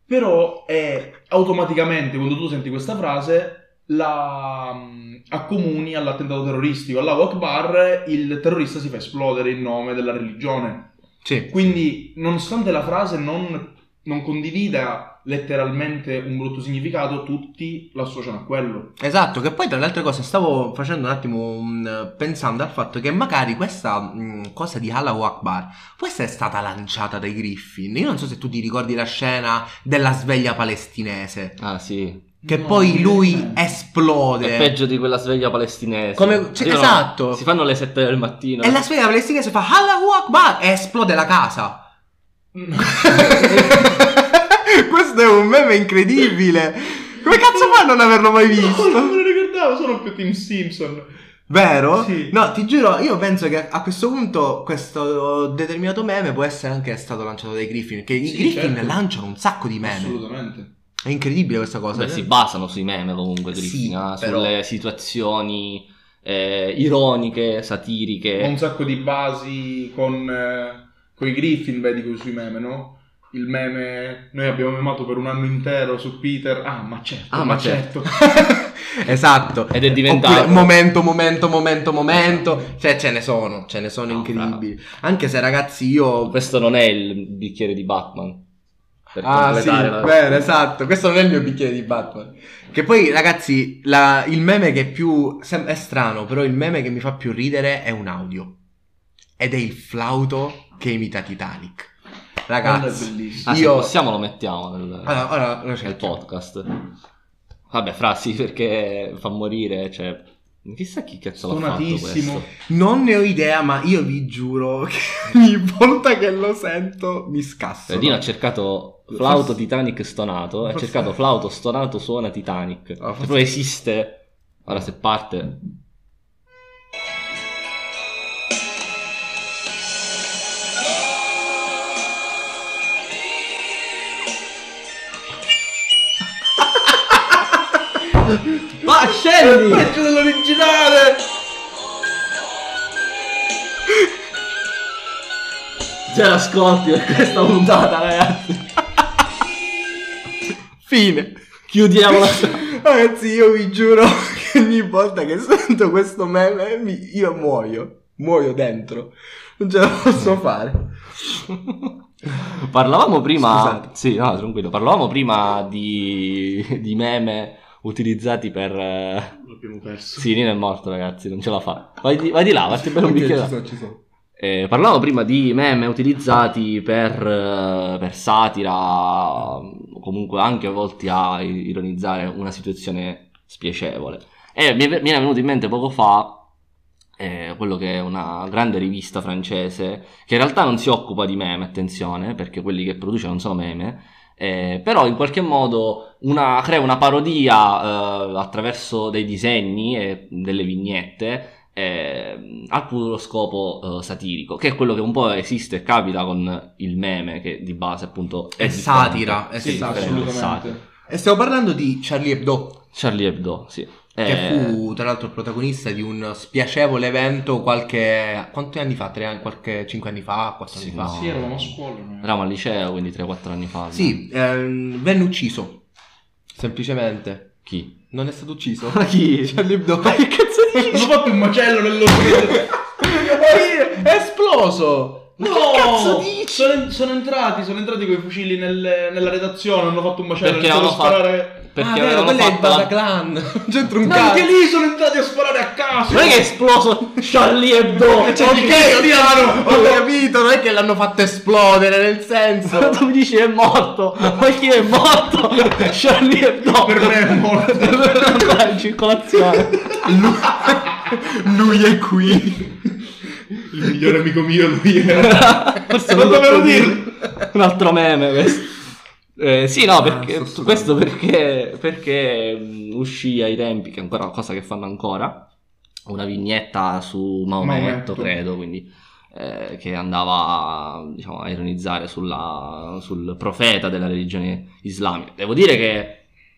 Speaker 3: Però è automaticamente, quando tu senti questa frase, la mm, accomuni all'attentato terroristico. Alla Akbar il terrorista si fa esplodere in nome della religione.
Speaker 1: Sì.
Speaker 3: Quindi, nonostante la frase non, non condivida letteralmente un brutto significato, tutti l'associano
Speaker 1: *laughs*
Speaker 3: a quello.
Speaker 1: Esatto, che poi tra le altre cose stavo facendo un attimo mh, pensando al fatto che magari questa mh, cosa di Allahu Akbar può essere stata lanciata dai Griffin. Io non so se tu ti ricordi la scena della sveglia palestinese,
Speaker 2: Ah sì.
Speaker 1: che
Speaker 3: No,
Speaker 1: poi
Speaker 3: non
Speaker 1: lui
Speaker 3: mi ricordo.
Speaker 1: esplode.
Speaker 2: È peggio di quella sveglia palestinese.
Speaker 1: Come- cioè,
Speaker 2: Io no,
Speaker 1: esatto.
Speaker 2: Si fanno le 7 del mattino.
Speaker 1: E la sveglia palestinese fa Allahu Akbar e esplode la casa. *laughs* Questo è un meme incredibile. Come cazzo fa a non averlo mai
Speaker 3: No, *laughs* non
Speaker 1: visto?
Speaker 3: me lo ricordavo, sono più Team Simpson.
Speaker 1: Vero?
Speaker 3: Sì.
Speaker 1: No, ti giuro, io penso che a questo punto questo determinato meme può essere anche stato lanciato dai Griffin. Che i
Speaker 3: Sì,
Speaker 1: Griffin
Speaker 3: certo.
Speaker 1: lanciano un sacco di meme.
Speaker 3: Assolutamente.
Speaker 1: È incredibile questa cosa.
Speaker 2: Beh, si basano sui meme comunque, Griffin,
Speaker 1: eh. Sì,
Speaker 2: ah,
Speaker 1: però-
Speaker 2: sulle situazioni eh, ironiche, satiriche.
Speaker 3: Ho un sacco di basi con, i Griffin, vedi, con sui meme, no? Il meme, noi abbiamo memato per un anno intero su Peter. Ah, ma certo,
Speaker 2: Ah,
Speaker 3: ma
Speaker 2: ma certo.
Speaker 3: certo.
Speaker 1: *laughs* esatto.
Speaker 2: Ed è diventato-
Speaker 1: Oppure, momento, momento, momento, momento. Cioè, ce ne sono, ce ne sono
Speaker 2: No,
Speaker 1: incredibili. Anche se, ragazzi, io.
Speaker 2: Questo non è il bicchiere di Batman. Per
Speaker 1: Ah sì,
Speaker 2: completare la-
Speaker 1: vero, esatto. Questo non è il mio bicchiere di Batman. Che poi, ragazzi, la- il meme che più... sem- è strano, però il meme che mi fa più ridere è un audio. Ed è il flauto che imita Titanic.
Speaker 3: Quello è
Speaker 1: Ragazzi,
Speaker 3: bellissimo.
Speaker 2: Ah, se
Speaker 1: Io- Ah,
Speaker 2: possiamo lo mettiamo nel,
Speaker 1: allora, ora lo
Speaker 2: nel
Speaker 1: cerco.
Speaker 2: podcast. Vabbè, fra sì, perché fa morire, cioè... Chissà chi cazzo l'ha fatto
Speaker 3: Stonatissimo.
Speaker 2: questo.
Speaker 1: Non ne ho idea, ma io vi giuro *laughs* che ogni volta che lo sento mi scasso.
Speaker 2: Eh, Dino ha cercato flauto Titanic stonato, eh, ha
Speaker 1: Forse-
Speaker 2: cercato flauto stonato suona Titanic.
Speaker 1: Ah, forse-
Speaker 2: Però esiste. Ora se parte... Ma scendi!
Speaker 3: Peggio dell'originale!
Speaker 2: Ce l'ascolti per questa puntata, ragazzi.
Speaker 1: Fine.
Speaker 2: Chiudiamo la
Speaker 1: Ragazzi, io vi giuro che ogni volta che sento questo meme mi- io muoio, muoio dentro. Non ce la
Speaker 2: Eh.
Speaker 1: posso fare.
Speaker 2: *laughs* Parlavamo prima.
Speaker 1: Scusate.
Speaker 2: Sì, no, tranquillo. Parlavamo prima di, di meme utilizzati per. eh,
Speaker 3: L'abbiamo perso.
Speaker 2: Sì, Nino è morto, ragazzi, non ce la fa. Vai di, vai di là, fatti bene Ah, un
Speaker 1: Ok, ci
Speaker 2: bicchiere.
Speaker 1: sono, ci sono.
Speaker 2: Eh, parlavamo prima di meme utilizzati per, eh, per satira, o comunque anche volti a ironizzare una situazione spiacevole. E mi è, mi era venuto in mente poco fa eh, quello che è una grande rivista francese, che in realtà non si occupa di meme, attenzione, perché quelli che produce non sono meme, eh, però in qualche modo una- crea una parodia eh, attraverso dei disegni e delle vignette eh, al puro scopo eh, satirico, che è quello che un po' esiste e capita con il meme, che di base appunto è,
Speaker 1: È
Speaker 2: differente.
Speaker 1: satira, è
Speaker 3: Sì,
Speaker 1: esatto.
Speaker 2: differente,
Speaker 3: assolutamente.
Speaker 2: satira.
Speaker 1: E stiamo parlando di Charlie Hebdo,
Speaker 2: Charlie Hebdo, sì.
Speaker 1: che
Speaker 2: Eh,
Speaker 1: fu tra l'altro il protagonista di un spiacevole evento qualche... quanti anni fa? Tre anni, qualche... cinque anni fa? Quattro
Speaker 2: Sì,
Speaker 1: anni
Speaker 2: no.
Speaker 1: fa?
Speaker 3: Sì, eravamo a scuola. noi.
Speaker 2: Eravamo al liceo, quindi 3-4 anni fa.
Speaker 1: Sì, ehm, venne ucciso, semplicemente.
Speaker 2: Chi?
Speaker 1: Non è stato ucciso?
Speaker 2: chi?
Speaker 1: Charlie Hebdo.
Speaker 2: Ma che cazzo
Speaker 3: Non ho fatto un macello nello *laughs*
Speaker 1: è esploso!
Speaker 3: No! Sono, sono entrati, sono entrati con i fucili nel- nella redazione, hanno fatto un macello,
Speaker 2: Perché
Speaker 3: hanno iniziato a
Speaker 2: avevano
Speaker 3: sparare...
Speaker 2: Perché
Speaker 1: ah, vero,
Speaker 2: avevano
Speaker 1: quello è il
Speaker 2: fatto la-
Speaker 1: Bataclan. *laughs* Non c'entra un
Speaker 3: Ma anche
Speaker 1: cazzo.
Speaker 3: lì sono entrati a sparare a caso!
Speaker 2: Non è che è esploso Charlie Hebdo!
Speaker 1: Cioè, di che
Speaker 3: italiano?
Speaker 1: Ho capito, non è che l'hanno fatto esplodere, nel
Speaker 2: Ma *laughs*
Speaker 1: senso.
Speaker 2: tu mi dici è morto! Ma chi è
Speaker 3: *laughs*
Speaker 2: morto? Charlie Hebdo!
Speaker 3: Per me
Speaker 2: *laughs*
Speaker 3: è morto.
Speaker 2: Non è in circolazione!
Speaker 1: Lui, *laughs* lui è qui.
Speaker 3: Il migliore amico mio lui era.
Speaker 2: *laughs* Forse
Speaker 3: Non
Speaker 2: un altro meme.
Speaker 3: dovevo dirlo. Ah,
Speaker 2: Un altro meme questo. Eh, sì, no, perché,
Speaker 1: sto sudando.
Speaker 2: questo perché, perché mh, uscì ai tempi, che è ancora una cosa che fanno ancora, una vignetta su Maometto,
Speaker 3: Maometto.
Speaker 2: credo, quindi, eh, che andava diciamo, a ironizzare sulla- sul profeta della religione islamica. Devo dire che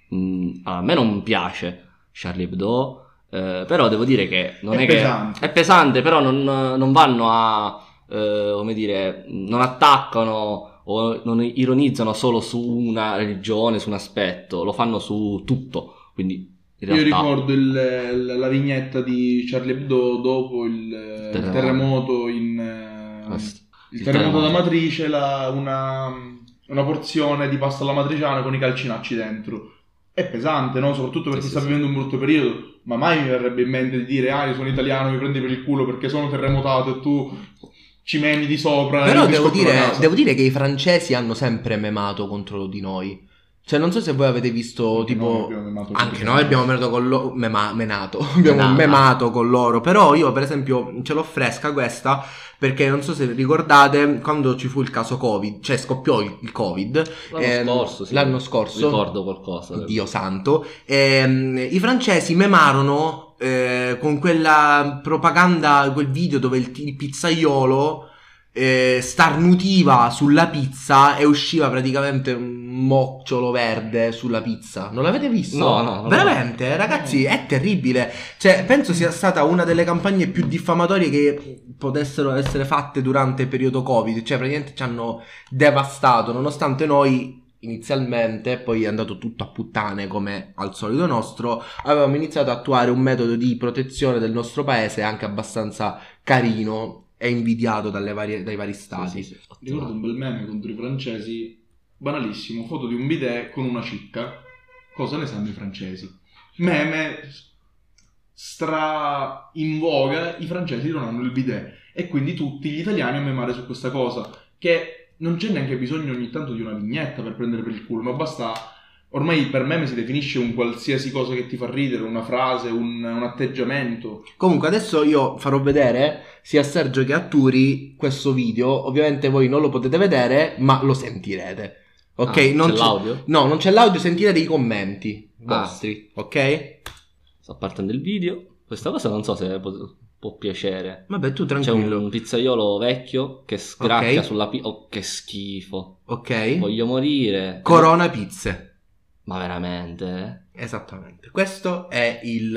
Speaker 2: mh, a me non piace Charlie Hebdo, eh, però devo dire che non è,
Speaker 3: È
Speaker 2: che
Speaker 3: pesante.
Speaker 2: è pesante, però non, non vanno a eh, come dire, non attaccano o non ironizzano solo su una religione, su un aspetto, lo fanno su tutto, quindi in
Speaker 3: Io
Speaker 2: realtà.
Speaker 3: ricordo il- la, la vignetta di Charlie Hebdo dopo il, eh,
Speaker 2: terremoto.
Speaker 3: terremoto in, eh,
Speaker 2: Questo.
Speaker 3: il
Speaker 2: Il
Speaker 3: terremoto
Speaker 2: terremoto.
Speaker 3: da matrice, la- una, una porzione di pasta alla matriciana con i calcinacci dentro. È pesante, no? Soprattutto perché
Speaker 2: Sì, sì,
Speaker 3: sta
Speaker 2: sì.
Speaker 3: vivendo un brutto periodo, ma mai mi verrebbe in mente di dire ah, io sono italiano, mi prendi per il culo perché sono terremotato e tu ci meni di sopra. e
Speaker 1: Però
Speaker 3: ti
Speaker 1: devo
Speaker 3: scopro la
Speaker 1: dire,
Speaker 3: casa."
Speaker 1: devo dire che i francesi hanno sempre memato contro di noi. Cioè, non so se voi avete visto,
Speaker 3: Anche noi
Speaker 1: tipo...
Speaker 3: abbiamo memato
Speaker 1: Anche
Speaker 3: con-
Speaker 1: noi abbiamo memato con loro, mema- menato, *laughs* abbiamo
Speaker 2: Menata.
Speaker 1: memato con loro, però io per esempio ce l'ho fresca questa perché non so se ricordate quando ci fu il caso Covid, cioè scoppiò il, il Covid,
Speaker 2: L'anno
Speaker 1: ehm,
Speaker 2: scorso, sì.
Speaker 1: l'anno scorso.
Speaker 2: Ricordo qualcosa.
Speaker 1: Dio santo, ehm, i francesi memarono eh, con quella propaganda, quel video dove il, il pizzaiolo eh, starnutiva sulla pizza e usciva praticamente un mocciolo verde sulla pizza. Non l'avete visto?
Speaker 2: No, no, no.
Speaker 1: Veramente, ragazzi, è terribile. Cioè, penso sia stata una delle campagne più diffamatorie che potessero essere fatte durante il periodo Covid. Cioè, praticamente ci hanno devastato, nonostante noi inizialmente, poi è andato tutto a puttane come al solito nostro, avevamo iniziato ad attuare un metodo di protezione del nostro paese anche abbastanza carino e invidiato dalle varie- dai vari stati.
Speaker 2: Sì, sì, sì.
Speaker 3: Ricordo un bel meme contro i francesi, banalissimo, foto di un bidet con una cicca. Cosa ne sanno i francesi? Meme stra in voga, i francesi non hanno il bidet e quindi tutti gli italiani a memare su questa cosa che non c'è neanche bisogno ogni tanto di una vignetta per prendere per il culo, ma basta ormai per meme si definisce un qualsiasi cosa che ti fa ridere, una frase, un, un atteggiamento.
Speaker 1: Comunque adesso io farò vedere sia a Sergio che a Turi questo video. Ovviamente voi non lo potete vedere, ma lo sentirete.
Speaker 2: Ah,
Speaker 1: Ok?
Speaker 2: c'è
Speaker 1: non c'è-
Speaker 2: l'audio? Ah.
Speaker 1: No, non c'è l'audio, sentirete i commenti vostri, ok?
Speaker 2: Sto partendo il video. Questa cosa non so se può, può piacere.
Speaker 1: Vabbè, tu
Speaker 2: C'è
Speaker 1: tranquillo.
Speaker 2: un, un pizzaiolo vecchio che sgracchia
Speaker 1: Ok.
Speaker 2: sulla pi- Oh, che schifo.
Speaker 1: Ok?
Speaker 2: Voglio morire.
Speaker 1: Corona Pizze.
Speaker 2: Ma veramente? eh?
Speaker 1: Esattamente. Questo è il,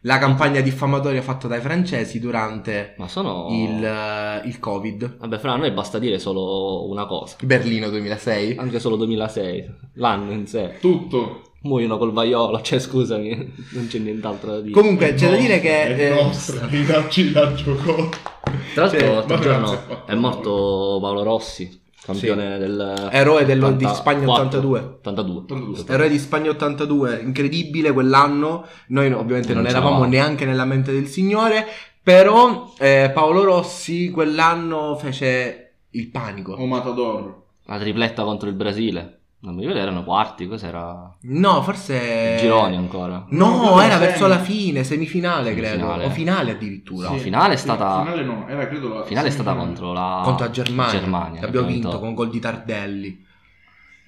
Speaker 1: la campagna diffamatoria fatta dai francesi durante
Speaker 2: Ma sono...
Speaker 1: il, il Covid.
Speaker 2: Vabbè, fra noi basta dire solo una cosa.
Speaker 1: Berlino 2006.
Speaker 2: Anche solo 2006, l'anno in sé.
Speaker 3: Tutto.
Speaker 2: Muoiono col vaiolo, cioè scusami, non c'è nient'altro da dire.
Speaker 1: Comunque, Eh, c'è da
Speaker 3: Nostra,
Speaker 1: dire che...
Speaker 3: è
Speaker 1: eh,
Speaker 3: nostra, *laughs* di darci la giocò.
Speaker 2: Tra l'altro,
Speaker 1: Cioè,
Speaker 2: l'altro
Speaker 3: ma
Speaker 2: giorno
Speaker 3: grazie.
Speaker 2: è morto Paolo Rossi, campione del...
Speaker 1: Eroe dello- di
Speaker 2: 84,
Speaker 1: Spagna 82.
Speaker 2: 82.
Speaker 3: 82.
Speaker 1: Eroe di Spagna 82, incredibile quell'anno. Noi no, ovviamente non,
Speaker 2: Non
Speaker 1: eravamo
Speaker 2: c'eravamo.
Speaker 1: neanche nella mente del Signore, però eh, Paolo Rossi quell'anno fece il
Speaker 3: O
Speaker 1: panico.
Speaker 3: Matador.
Speaker 2: La tripletta contro il Brasile. Non mi ricordo, erano quarti, cos'era?
Speaker 1: No, forse...
Speaker 2: Gironi ancora.
Speaker 1: No,
Speaker 3: No,
Speaker 1: era
Speaker 3: semi.
Speaker 1: verso la fine, semifinale credo,
Speaker 2: Semifinale.
Speaker 1: o finale addirittura.
Speaker 2: Sì. finale è
Speaker 3: Sì,
Speaker 2: stata-
Speaker 3: Finale no, era credo la...
Speaker 2: La finale è stata
Speaker 3: semifinale.
Speaker 2: contro la...
Speaker 1: Contro la Germania,
Speaker 2: Germania,
Speaker 1: che abbiamo
Speaker 2: che ha
Speaker 1: vinto
Speaker 2: vinto.
Speaker 1: con gol di Tardelli.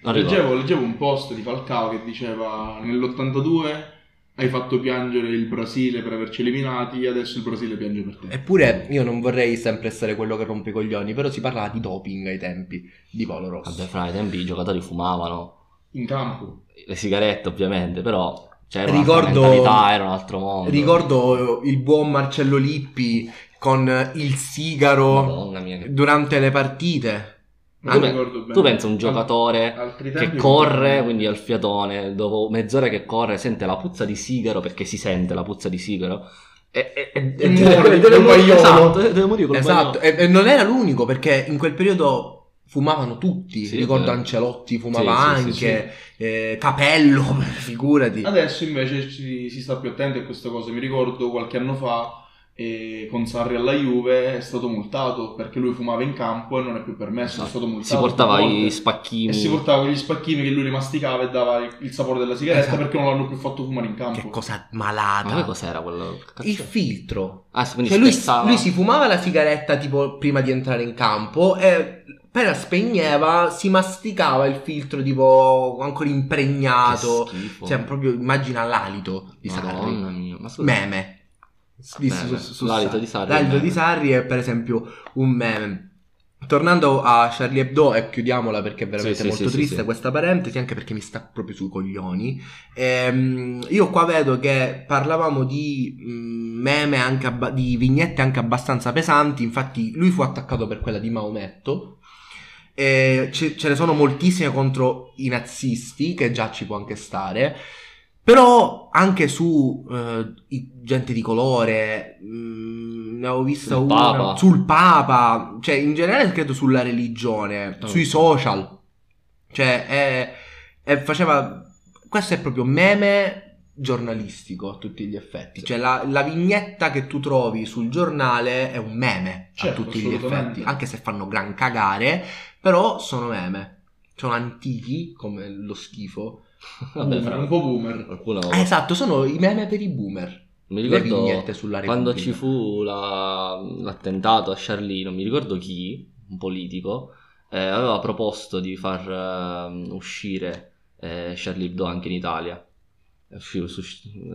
Speaker 2: Non ricordo.
Speaker 3: Leggevo, leggevo un post di Falcao che diceva nell'82 hai fatto piangere il Brasile per averci eliminati, adesso il Brasile piange per te.
Speaker 1: Eppure io non vorrei sempre essere quello che rompe i coglioni, però si parlava di doping ai tempi di Paolo Rossi.
Speaker 2: Vabbè, fra ai tempi i giocatori fumavano,
Speaker 3: In campo.
Speaker 2: le sigarette ovviamente, però... Cioè, era un'altra
Speaker 1: Ricordo-
Speaker 2: mentalità, era un altro mondo.
Speaker 1: Ricordo il buon Marcello Lippi con il sigaro
Speaker 2: Madonna mia, che
Speaker 1: durante le partite.
Speaker 3: Non
Speaker 2: Tu
Speaker 3: ricordo bene.
Speaker 2: Ah, Tu pensi a un
Speaker 3: Al-
Speaker 2: giocatore
Speaker 3: altri
Speaker 2: che
Speaker 3: tempi-
Speaker 2: corre, quindi al fiatone, dopo mezz'ora che corre, sente la puzza di sigaro perché si sente la puzza di sigaro e, e, e,
Speaker 3: E muore
Speaker 2: morire
Speaker 3: col guaiolo.
Speaker 2: esatto, e deve morire col
Speaker 1: Esatto, e, e non era l'unico perché in quel periodo fumavano tutti.
Speaker 2: Sì,
Speaker 1: Ricordo
Speaker 2: vero.
Speaker 1: Ancelotti fumava
Speaker 2: Sì, sì,
Speaker 1: anche,
Speaker 2: sì,
Speaker 1: eh, Capello, *laughs* figurati.
Speaker 3: Adesso invece ci- si sta più attenti a questa cosa. Mi ricordo qualche anno fa eh, con Sarri alla Juve è stato multato perché lui fumava in campo e non è più permesso, è stato
Speaker 2: guaiolo.
Speaker 3: multato.
Speaker 2: Esatto.
Speaker 1: Esatto.
Speaker 2: Si portava
Speaker 3: più volte.
Speaker 2: i spacchini.
Speaker 3: E si portava gli spacchini che lui li masticava e dava il il sapore della sigaretta
Speaker 1: Esatto.
Speaker 3: perché non l'hanno più fatto fumare in campo.
Speaker 1: Che cosa
Speaker 2: Ah, Ma poi
Speaker 1: malata.
Speaker 2: cos'era quello? Che cazzo
Speaker 1: il
Speaker 2: è?
Speaker 1: filtro.
Speaker 2: Ah, quindi
Speaker 1: Cioè, lui,
Speaker 2: spezzava.
Speaker 1: lui si fumava la sigaretta tipo prima di entrare in campo e appena spegneva si masticava il filtro tipo ancora
Speaker 2: Che
Speaker 1: impregnato.
Speaker 2: schifo.
Speaker 1: Cioè, proprio immagina l'alito di Sarri.
Speaker 2: Madonna mia, ma scusa.
Speaker 1: meme. Di-
Speaker 2: Meme.
Speaker 1: su- su-
Speaker 2: L'alito di Sarri eh. è
Speaker 1: L'alito
Speaker 2: meme.
Speaker 1: di Sarri è per esempio un meme. Tornando a Charlie Hebdo e chiudiamola perché è veramente
Speaker 2: Sì, sì,
Speaker 1: molto
Speaker 2: sì, sì,
Speaker 1: triste
Speaker 2: sì.
Speaker 1: questa parentesi, anche perché mi sta proprio sui coglioni. Ehm, io qua vedo che parlavamo di mm, meme, anche abba- di vignette anche abbastanza pesanti, infatti lui fu attaccato per quella di Maometto. E ce, ce ne sono moltissime contro i nazisti, che già ci può anche stare. Però anche su eh, i- gente di colore, mh, ne avevo vista
Speaker 2: Sul
Speaker 1: una
Speaker 2: Papa.
Speaker 1: sul Papa, cioè in generale credo sulla religione,
Speaker 2: Oh.
Speaker 1: sui social. Cioè, è- è- faceva. Questo è proprio meme giornalistico a tutti gli effetti. Cioè, la, la vignetta che tu trovi sul giornale è un meme
Speaker 3: Certo,
Speaker 1: a tutti gli
Speaker 3: assolutamente.
Speaker 1: effetti, anche se fanno gran cagare, però sono meme. Sono antichi come lo schifo.
Speaker 2: Vabbè,
Speaker 3: Boomer,
Speaker 2: fra-
Speaker 3: un po' boomer.
Speaker 2: qualcuno-
Speaker 1: Ah, esatto, sono i meme per i boomer. Le
Speaker 2: mi ricordo
Speaker 1: vignette sulla Repubblica.
Speaker 2: quando ci fu la- l'attentato a Charlie, non mi ricordo chi, un politico, eh, aveva proposto di far ehm, uscire eh, Charlie Hebdo anche in Italia. È, uscito-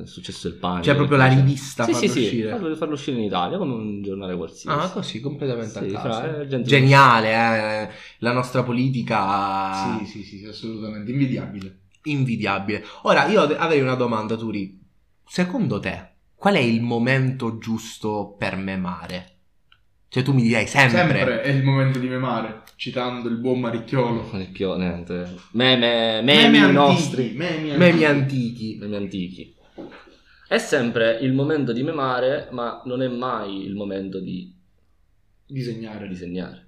Speaker 2: è successo il panico.
Speaker 1: Cioè, proprio la
Speaker 2: perché-
Speaker 1: rivista
Speaker 2: Sì,
Speaker 1: fanno
Speaker 2: sì, sì,
Speaker 1: uscire.
Speaker 2: farlo, farlo uscire in Italia come un giornale qualsiasi.
Speaker 1: Ah, così, completamente
Speaker 2: Sì,
Speaker 1: a caso.
Speaker 2: fra- eh, gente-
Speaker 1: eh, Geniale, eh? La nostra politica
Speaker 3: Sì, sì, sì, sì, assolutamente, invidiabile.
Speaker 1: invidiabile. Ora, io ade- avrei una domanda, Turi. Secondo te, qual è il momento giusto per memare? Cioè, tu mi direi sempre.
Speaker 3: Sempre è il momento di memare, citando il buon Maricchiolo.
Speaker 2: Maricchio, niente. Meme, memi
Speaker 3: Meme
Speaker 2: nostri.
Speaker 3: antichi, meme
Speaker 1: Memi
Speaker 3: antichi.
Speaker 1: antichi.
Speaker 2: Meme antichi. È sempre il momento di memare, ma non è mai il momento di
Speaker 3: Disegnare.
Speaker 2: disegnare.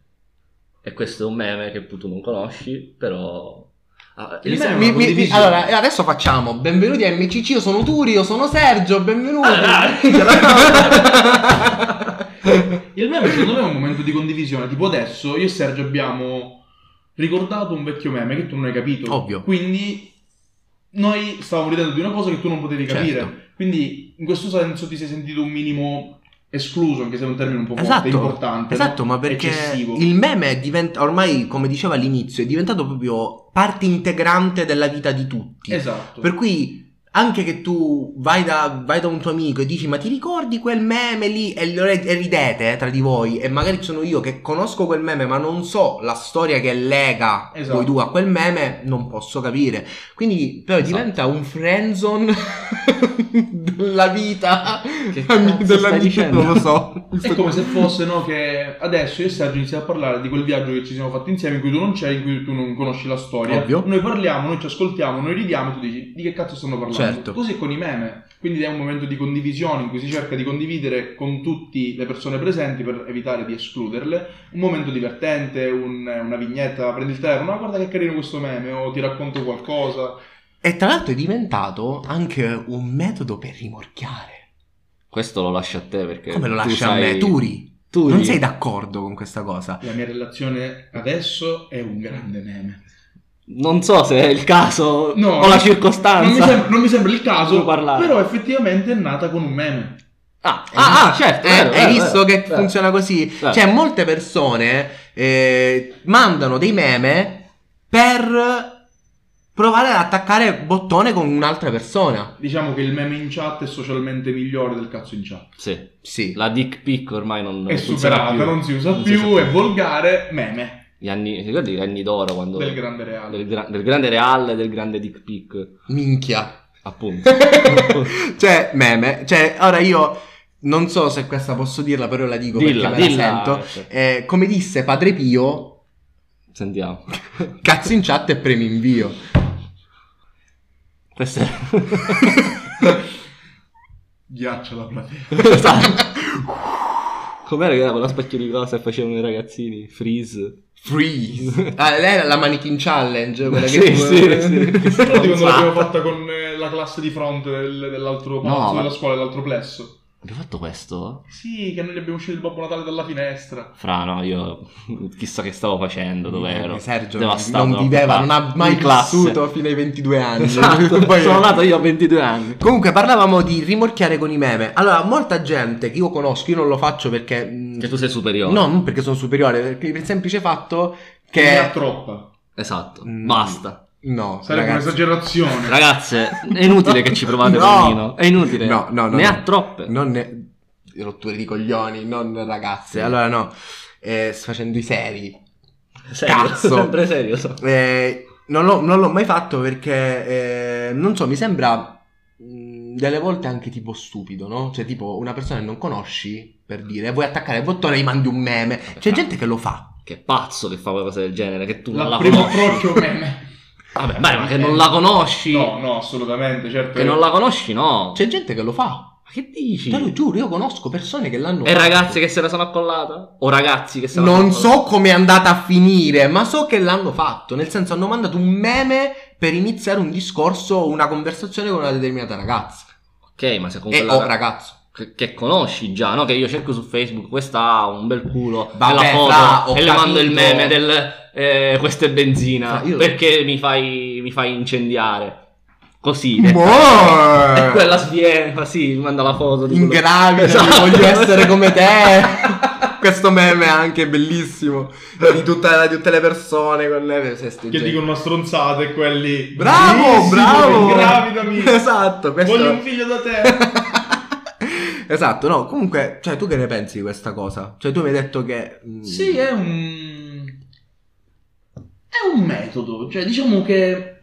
Speaker 2: E questo è un meme che tu non conosci, però... Ah,
Speaker 3: Il
Speaker 2: mi
Speaker 3: meme-
Speaker 2: sembra-
Speaker 1: Mi- mi- mi-
Speaker 3: condivisione.
Speaker 1: allora, e adesso facciamo. Benvenuti a MCC, io sono Turi, io sono Sergio, benvenuti.
Speaker 3: Ah,
Speaker 1: *laughs*
Speaker 3: Il meme secondo me è un momento di condivisione, tipo adesso io e Sergio abbiamo ricordato un vecchio meme che tu non hai capito.
Speaker 1: Ovvio.
Speaker 3: Quindi noi stavamo ridendo di una cosa che tu non potevi capire.
Speaker 1: Certo.
Speaker 3: Quindi in questo senso ti sei sentito un minimo escluso, anche se è un termine un po' forte,
Speaker 1: Esatto,
Speaker 3: importante. no?
Speaker 1: Esatto, ma perché
Speaker 3: Eccessivo.
Speaker 1: il meme diventa ormai, come dicevo all'inizio, è diventato proprio parte integrante della vita di tutti.
Speaker 3: Esatto.
Speaker 1: Per cui anche che tu vai da, vai da un tuo amico e dici ma ti ricordi quel meme lì e, lo- e ridete eh, tra di voi e magari sono io che conosco quel meme ma non so la storia che lega
Speaker 3: Esatto.
Speaker 1: voi due a quel meme non posso capire quindi però
Speaker 2: Esatto.
Speaker 1: diventa un friendzone *laughs* della vita
Speaker 2: Che
Speaker 1: Ami-
Speaker 2: cazzo
Speaker 1: *laughs* della vita,
Speaker 2: stai dicendo? Ecco.
Speaker 1: non lo
Speaker 2: *laughs*
Speaker 1: so
Speaker 3: È come se fosse no, che adesso io e Sergio iniziamo a parlare di quel viaggio che ci siamo fatti insieme in cui tu non c'eri, in cui tu non conosci la storia.
Speaker 1: Ovvio.
Speaker 3: Noi parliamo, noi ci ascoltiamo, noi ridiamo e tu dici di che cazzo stanno parlando.
Speaker 1: Certo.
Speaker 3: Così è con i meme. Quindi è un momento di condivisione in cui si cerca di condividere con tutte le persone presenti per evitare di escluderle. Un momento divertente, un- una vignetta, prendi il telefono, "Ah, guarda che carino questo meme o ti racconto qualcosa.
Speaker 1: e tra l'altro è diventato anche un metodo per rimorchiare
Speaker 2: Questo lo lascio a te perché...
Speaker 1: come lo
Speaker 2: tu
Speaker 1: lascia a
Speaker 2: sai-
Speaker 1: me Turi
Speaker 2: tu
Speaker 1: non
Speaker 2: di-
Speaker 1: sei d'accordo con questa cosa
Speaker 3: La mia relazione adesso è un grande meme.
Speaker 2: Non so se è il caso
Speaker 3: No,
Speaker 2: o la
Speaker 3: Non mi,
Speaker 2: circostanza.
Speaker 3: sembra, non mi sembra il caso,
Speaker 2: Non parlare.
Speaker 3: però effettivamente è nata con un meme.
Speaker 2: Ah,
Speaker 1: Ah,
Speaker 2: ah, certo.
Speaker 1: eh,
Speaker 2: vero,
Speaker 1: hai
Speaker 2: vero,
Speaker 1: visto
Speaker 2: vero,
Speaker 1: che
Speaker 2: vero. Certo.
Speaker 1: funziona così?
Speaker 2: Vero.
Speaker 1: Cioè, molte persone eh, mandano dei meme per provare ad attaccare bottone con un'altra persona.
Speaker 3: Diciamo che il meme in chat è socialmente migliore del cazzo in chat.
Speaker 2: Sì,
Speaker 1: Sì.
Speaker 2: la dick pic ormai non
Speaker 3: è
Speaker 2: non funziona
Speaker 3: superata,
Speaker 2: più.
Speaker 3: non si usa
Speaker 2: Non si
Speaker 3: più,
Speaker 2: usa più.
Speaker 3: è volgare, meme
Speaker 2: Gli anni, ti ricordi gli anni d'oro quando...
Speaker 3: del grande reale.
Speaker 2: del gra- del grande real, del grande dick pic, *laughs*
Speaker 1: Minchia.
Speaker 2: appunto.
Speaker 3: *laughs*
Speaker 1: cioè, meme. Cioè, ora io non so se questa posso dirla, però la dico
Speaker 2: dilla,
Speaker 1: perché me
Speaker 2: dilla.
Speaker 1: la sento. Eh, come disse Padre Pio,
Speaker 2: Sentiamo.
Speaker 1: cazzo in chat e premi
Speaker 2: *laughs*
Speaker 1: invio. *laughs*
Speaker 2: Questo è...
Speaker 3: Ghiaccio la *laughs*
Speaker 2: *laughs*
Speaker 3: platea.
Speaker 1: Esatto.
Speaker 2: Com'era che era quella spacchio di cosa che facevano i ragazzini? Freeze.
Speaker 1: Freeze. Ah, lei era la mannequin challenge, quella
Speaker 2: Sì,
Speaker 1: che
Speaker 2: sì, sì. Che
Speaker 3: Però
Speaker 2: stronzata.
Speaker 3: di quando l'abbiamo fatta con eh, la classe di fronte del- dell'altro
Speaker 2: No,
Speaker 3: palazzo,
Speaker 2: ma-
Speaker 3: della scuola, dell'altro plesso.
Speaker 2: Abbiamo fatto questo?
Speaker 3: Sì, che noi gli abbiamo uscito il Babbo Natale dalla finestra.
Speaker 2: Fra, no, io chissà che stavo facendo, dove ero.
Speaker 1: Sergio
Speaker 2: Devastato,
Speaker 1: non viveva,
Speaker 2: no?
Speaker 1: non ha mai
Speaker 2: In classe.
Speaker 1: vissuto fino ai 22 anni.
Speaker 2: Esatto,
Speaker 1: *laughs* Poi-
Speaker 2: sono nato io a 22 anni.
Speaker 1: Comunque parlavamo di rimorchiare con i meme. Allora, molta gente che io conosco, io non lo faccio perché... mh,
Speaker 2: Che tu sei superiore.
Speaker 1: No, non perché sono superiore, perché per il semplice fatto
Speaker 3: Ne ha
Speaker 1: che...
Speaker 3: troppa.
Speaker 2: Esatto,
Speaker 1: Mm.
Speaker 2: basta.
Speaker 1: No,
Speaker 3: Sarebbe
Speaker 1: ragazzi.
Speaker 3: un'esagerazione.
Speaker 2: Ragazze, è inutile che ci provate
Speaker 1: No.
Speaker 2: con Nino. È inutile.
Speaker 1: No, no, no,
Speaker 2: Ne
Speaker 1: no.
Speaker 2: ha troppe.
Speaker 1: Non ne... rotture di coglioni, non ragazze. Allora no, eh, sto facendo i seri.
Speaker 2: Serio,
Speaker 1: Cazzo.
Speaker 2: Sempre serio. so.
Speaker 1: Eh, non, l'ho, non l'ho mai fatto perché, eh, non so, mi sembra mh, delle volte anche tipo stupido, no? Cioè, tipo una persona che non conosci, per dire, vuoi attaccare il bottone e gli mandi un meme. C'è gente che lo fa.
Speaker 2: Che pazzo che fa qualcosa del genere, che tu non
Speaker 3: La
Speaker 2: la
Speaker 3: primo
Speaker 2: conosci.
Speaker 3: approccio meme.
Speaker 2: Vabbè, dai, ma che non la conosci.
Speaker 3: No, no, assolutamente, certo.
Speaker 2: Che non la conosci, no.
Speaker 1: C'è gente che lo fa.
Speaker 2: ma che dici?
Speaker 1: Te lo giuro, io conosco persone che l'hanno
Speaker 2: E ragazze che se la sono accollata? O ragazzi che se la
Speaker 1: Ecco. Non
Speaker 2: sono
Speaker 1: so come è andata a finire, ma so che l'hanno fatto. Nel senso, hanno mandato un meme per iniziare un discorso o una conversazione con una determinata ragazza.
Speaker 2: accollata. Ok, ma se con
Speaker 1: E
Speaker 2: quella
Speaker 1: o ragazzo.
Speaker 2: che, che conosci già, no? Che io cerco su Facebook, questa ha un bel culo,
Speaker 1: Vabbè,
Speaker 2: e la foto,
Speaker 1: fra, ho
Speaker 2: e le mando
Speaker 1: capito.
Speaker 2: il meme del eh, questa è benzina,
Speaker 1: Fra, io-
Speaker 2: perché mi fai, mi fai incendiare? Così.
Speaker 1: *laughs*
Speaker 2: eh. *laughs*
Speaker 1: Boh!
Speaker 2: E quella sviene, sì, mi manda la foto di quello-
Speaker 1: Ingravida,
Speaker 2: Esatto.
Speaker 1: voglio essere come
Speaker 2: *laughs*
Speaker 1: te. Questo meme è anche bellissimo. Di, tutta- di tutte le persone con le feste.
Speaker 3: Che dicono una stronzata e quelli...
Speaker 1: Bravo,
Speaker 3: "Sì,
Speaker 1: bravo. *laughs*
Speaker 3: Gravidami.
Speaker 1: Esatto, questo-
Speaker 3: Voglio un figlio da te.
Speaker 1: *laughs* esatto, no, comunque, cioè, tu che ne pensi di questa cosa? Cioè, tu mi hai detto che... mm,
Speaker 3: Sì, è un... È un metodo, cioè diciamo che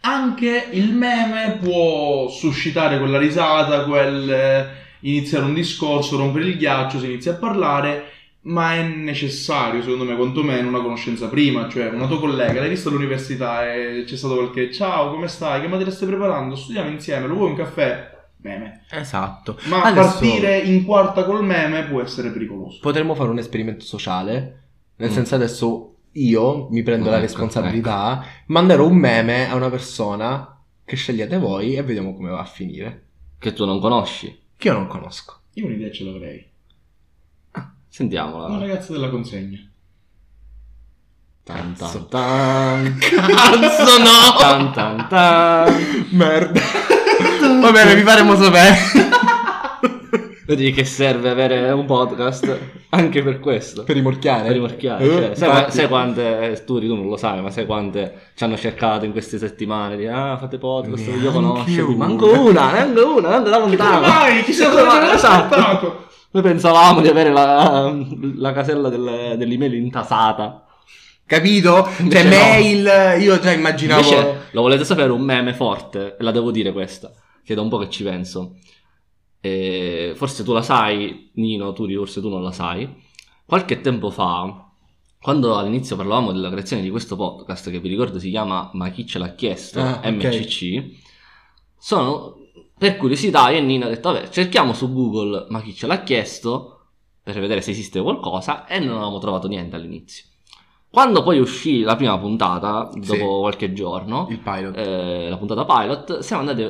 Speaker 3: anche il meme può suscitare quella risata, quel eh, iniziare un discorso, rompere il ghiaccio, si inizia a parlare, ma è necessario, secondo me, quantomeno una conoscenza prima, cioè una tua collega, l'hai vista all'università e c'è stato qualche ciao, come stai, che materia stai preparando, studiamo insieme, lo vuoi un caffè? Meme.
Speaker 1: Esatto.
Speaker 3: Ma
Speaker 1: Adesso-
Speaker 3: partire in quarta col meme può essere pericoloso.
Speaker 1: potremmo fare un esperimento sociale. Nel
Speaker 2: Mm.
Speaker 1: senso, adesso io mi prendo
Speaker 2: Ecco,
Speaker 1: la responsabilità, manderò un meme a una persona che scegliete voi e vediamo come va a finire.
Speaker 2: che tu non conosci.
Speaker 1: Che io non conosco.
Speaker 3: Io un'idea ce l'avrei.
Speaker 2: Sentiamola.
Speaker 3: Una ragazza della consegna.
Speaker 2: Tan,
Speaker 1: Cazzo. *laughs*
Speaker 2: tan, tan.
Speaker 1: Cazzo,
Speaker 2: Tan, tan, tan. *laughs*
Speaker 1: Merda. Va bene, vi faremo sapere.
Speaker 2: Vedi che serve avere un podcast anche per questo.
Speaker 1: per rimorchiare.
Speaker 2: Per rimorchiare,
Speaker 1: Eh,
Speaker 2: cioè, sai,
Speaker 1: infatti.
Speaker 2: sai quante eh, tu, tu non lo sai, ma sai quante ci hanno cercato in queste settimane di ah, fate podcast,
Speaker 1: Neanche
Speaker 2: voglio conoscervi.
Speaker 1: una.
Speaker 2: Manco una, neanche una, neanche da lontano.
Speaker 3: Vai, chissà
Speaker 2: Sì,
Speaker 3: cosa
Speaker 2: vai,
Speaker 3: ci
Speaker 2: esatto.
Speaker 3: aspettato.
Speaker 2: Noi pensavamo di avere la, la casella del- dell'email intasata.
Speaker 1: Capito? Cioè,
Speaker 2: Invece no.
Speaker 1: mail, io già immaginavo.
Speaker 2: Invece, lo volete sapere un meme forte? E la devo dire questa, che da un po' che ci penso. E forse tu la sai, Nino, tu forse tu non la sai. Qualche tempo fa, quando all'inizio parlavamo della creazione di questo podcast, che vi ricordo si chiama Ma chi ce l'ha chiesto?
Speaker 1: Ah, ok.
Speaker 2: MCC, sono per curiosità io e Nino ho detto, vabbè, cerchiamo su Google Ma chi ce l'ha chiesto? per vedere se esiste qualcosa e non avevamo trovato niente all'inizio. Quando poi uscì la prima puntata, dopo
Speaker 1: Sì.
Speaker 2: qualche giorno,
Speaker 1: Il pilot.
Speaker 2: eh, la puntata pilot, siamo andati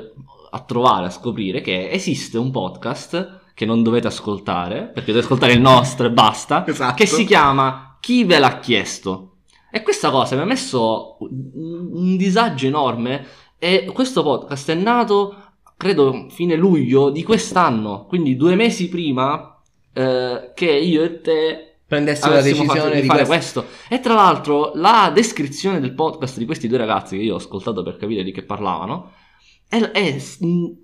Speaker 2: a trovare, a scoprire che esiste un podcast che non dovete ascoltare, perché dovete ascoltare il nostro e basta,
Speaker 1: esatto.
Speaker 2: che si chiama Chi ve l'ha chiesto? E questa cosa mi ha messo un un disagio enorme e questo podcast è nato, credo, fine luglio di quest'anno, quindi due mesi prima eh, che io e te
Speaker 1: Prendessimo la
Speaker 2: avessimo fatto
Speaker 1: decisione
Speaker 2: di
Speaker 1: di
Speaker 2: fare
Speaker 1: questo.
Speaker 2: questo. E tra l'altro la descrizione del podcast di questi due ragazzi che io ho ascoltato per capire di che parlavano è, è-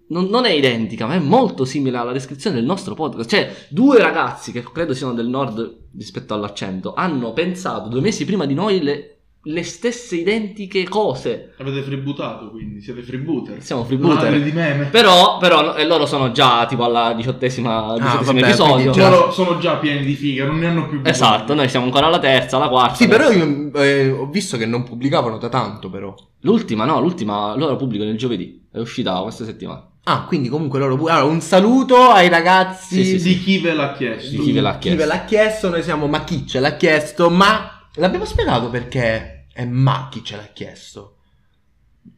Speaker 2: non, non è identica, ma è molto simile alla descrizione del nostro podcast. Cioè, due ragazzi che credo siano del nord rispetto all'accento hanno pensato due mesi prima di noi le, le stesse identiche cose.
Speaker 3: Avete freebutato quindi, siete freebooter.
Speaker 2: Siamo
Speaker 3: Madre
Speaker 2: freebooter.
Speaker 3: di meme.
Speaker 2: Però, però e loro sono già tipo alla diciottesima, diciottesimo
Speaker 1: Ah, vabbè,
Speaker 2: episodio.
Speaker 1: quindi già-
Speaker 3: Loro sono già pieni di figa, non ne hanno più bisogno.
Speaker 2: Esatto, noi siamo ancora alla terza, alla quarta.
Speaker 1: Sì, però
Speaker 2: adesso.
Speaker 1: io eh, ho visto che non pubblicavano da tanto, però.
Speaker 2: L'ultima, no, l'ultima loro pubblicano il giovedì, è uscita questa settimana.
Speaker 1: Ah, quindi comunque loro pu- Allora, un saluto ai ragazzi
Speaker 2: Sì, sì,
Speaker 3: Di
Speaker 2: sì.
Speaker 3: chi ve l'ha chiesto?
Speaker 2: Di chi ve l'ha
Speaker 1: Chi ve
Speaker 2: chiesto?
Speaker 1: l'ha chiesto, noi siamo ma chi ce l'ha chiesto, ma l'abbiamo spiegato perché è ma chi ce l'ha chiesto.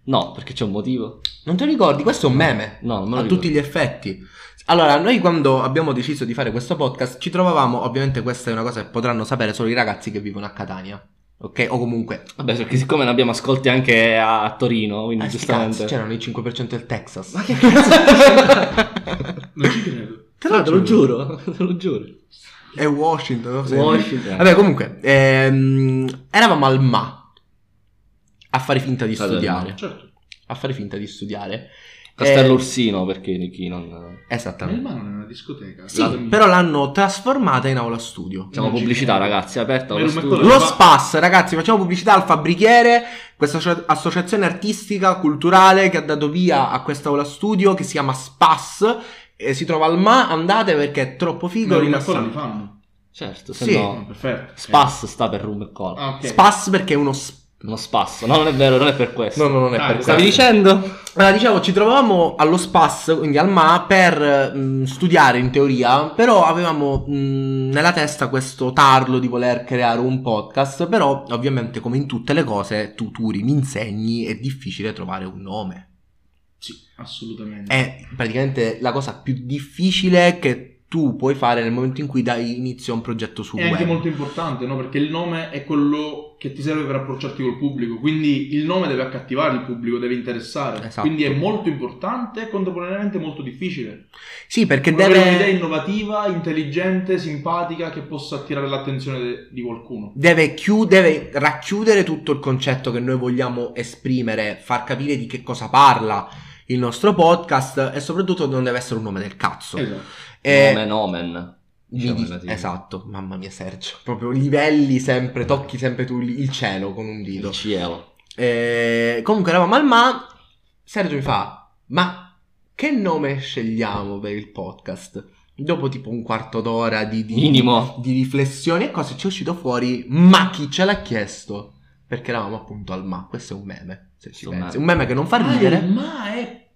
Speaker 2: No, perché c'è un motivo.
Speaker 1: Non te lo ricordi? Questo è un meme.
Speaker 2: No, non me lo
Speaker 1: A
Speaker 2: ricordo.
Speaker 1: tutti gli effetti. Allora, noi quando abbiamo deciso di fare questo podcast ci trovavamo, ovviamente questa è una cosa che potranno sapere solo i ragazzi che vivono a Catania, ok? O comunque... eh,
Speaker 2: Vabbè, perché siccome ne abbiamo ascolti anche a a Torino, quindi
Speaker 1: Ah, sti
Speaker 2: giustamente...
Speaker 1: cazzi, c'erano il 5% del Texas.
Speaker 2: Ma che
Speaker 1: *laughs*
Speaker 2: cazzo?
Speaker 3: Non ci credo.
Speaker 2: Te lo, te lo giuro, *laughs* te lo giuro.
Speaker 1: È Washington, non so se-
Speaker 2: Washington.
Speaker 1: Vabbè, comunque, ehm, eravamo al ma a fare finta di
Speaker 2: Stato del
Speaker 1: studiare.
Speaker 2: mare.
Speaker 3: Certo.
Speaker 1: A fare finta di studiare.
Speaker 2: Castello
Speaker 1: Eh,
Speaker 2: Ursino, perché di chi non... diciamo,
Speaker 3: Ma il
Speaker 1: Esattamente.
Speaker 3: mano è una discoteca.
Speaker 1: Sì, però l'hanno trasformata in aula studio.
Speaker 2: Siamo
Speaker 3: non ci
Speaker 2: pubblicità,
Speaker 3: credo.
Speaker 2: ragazzi, è aperta
Speaker 3: Ma
Speaker 2: lo
Speaker 3: ero
Speaker 2: studio.
Speaker 3: metto-
Speaker 1: Lo SPAS, ragazzi, facciamo pubblicità al Fabbrichiere, questa associ- associazione artistica, culturale che ha dato via a questa aula studio che si chiama SPAS. E si trova al ma, andate perché è troppo figo.
Speaker 3: Figo, ma ancora li
Speaker 1: rilassante.
Speaker 3: fanno.
Speaker 2: Certo,
Speaker 1: Sì.
Speaker 2: se
Speaker 3: No,
Speaker 2: no...
Speaker 3: perfetto.
Speaker 2: Spass sta per rum e cola.
Speaker 3: Ah, ok.
Speaker 1: Spas perché è uno s-
Speaker 2: Uno spasso. No, non è vero, non è per questo.
Speaker 1: No, no, non è
Speaker 3: Dai,
Speaker 1: per
Speaker 2: Stavi
Speaker 1: questo.
Speaker 2: dicendo?
Speaker 1: Allora, diciamo, ci trovavamo allo SPAS, quindi al MA, per mh, studiare in teoria, però avevamo mh, nella testa questo tarlo di voler creare un podcast, però ovviamente come in tutte le cose, tu Turi mi insegni, è difficile trovare un nome.
Speaker 3: Sì,
Speaker 2: Eh,
Speaker 3: assolutamente.
Speaker 1: È praticamente la cosa più difficile che tu puoi fare nel momento in cui dai inizio a un progetto sul
Speaker 3: È anche
Speaker 1: web.
Speaker 3: molto importante, no? Perché il nome è quello che ti serve per approcciarti col pubblico, quindi il nome deve accattivare il pubblico, deve interessare.
Speaker 1: Esatto.
Speaker 3: Quindi è molto importante e contemporaneamente molto difficile.
Speaker 1: Sì, perché
Speaker 3: Deve avere un'idea
Speaker 1: deve,
Speaker 3: innovativa, intelligente, simpatica che possa attirare l'attenzione de- di qualcuno.
Speaker 1: deve, chiu- deve racchiudere tutto il concetto che noi vogliamo esprimere, far capire di che cosa parla il nostro podcast e soprattutto non deve essere un nome del cazzo.
Speaker 3: Esatto.
Speaker 1: E
Speaker 2: Nomen omen.
Speaker 1: mi
Speaker 2: diciamo
Speaker 1: dici-
Speaker 2: in latino.
Speaker 1: esatto, mamma mia Sergio, proprio livelli sempre, tocchi sempre tu il il cielo con un dito.
Speaker 2: Il cielo.
Speaker 1: Eh, comunque eravamo al ma. Sergio mi fa: Ma che nome scegliamo per il podcast? Dopo tipo un quarto d'ora di, di-
Speaker 2: Minimo.
Speaker 1: di riflessioni e cose, ci è uscito fuori. Ma chi ce l'ha chiesto? Perché eravamo appunto al ma. Questo è un meme. Se ci
Speaker 2: Questo
Speaker 1: pensi.
Speaker 2: meme.
Speaker 1: Un meme che non fa ridere.
Speaker 3: ma è...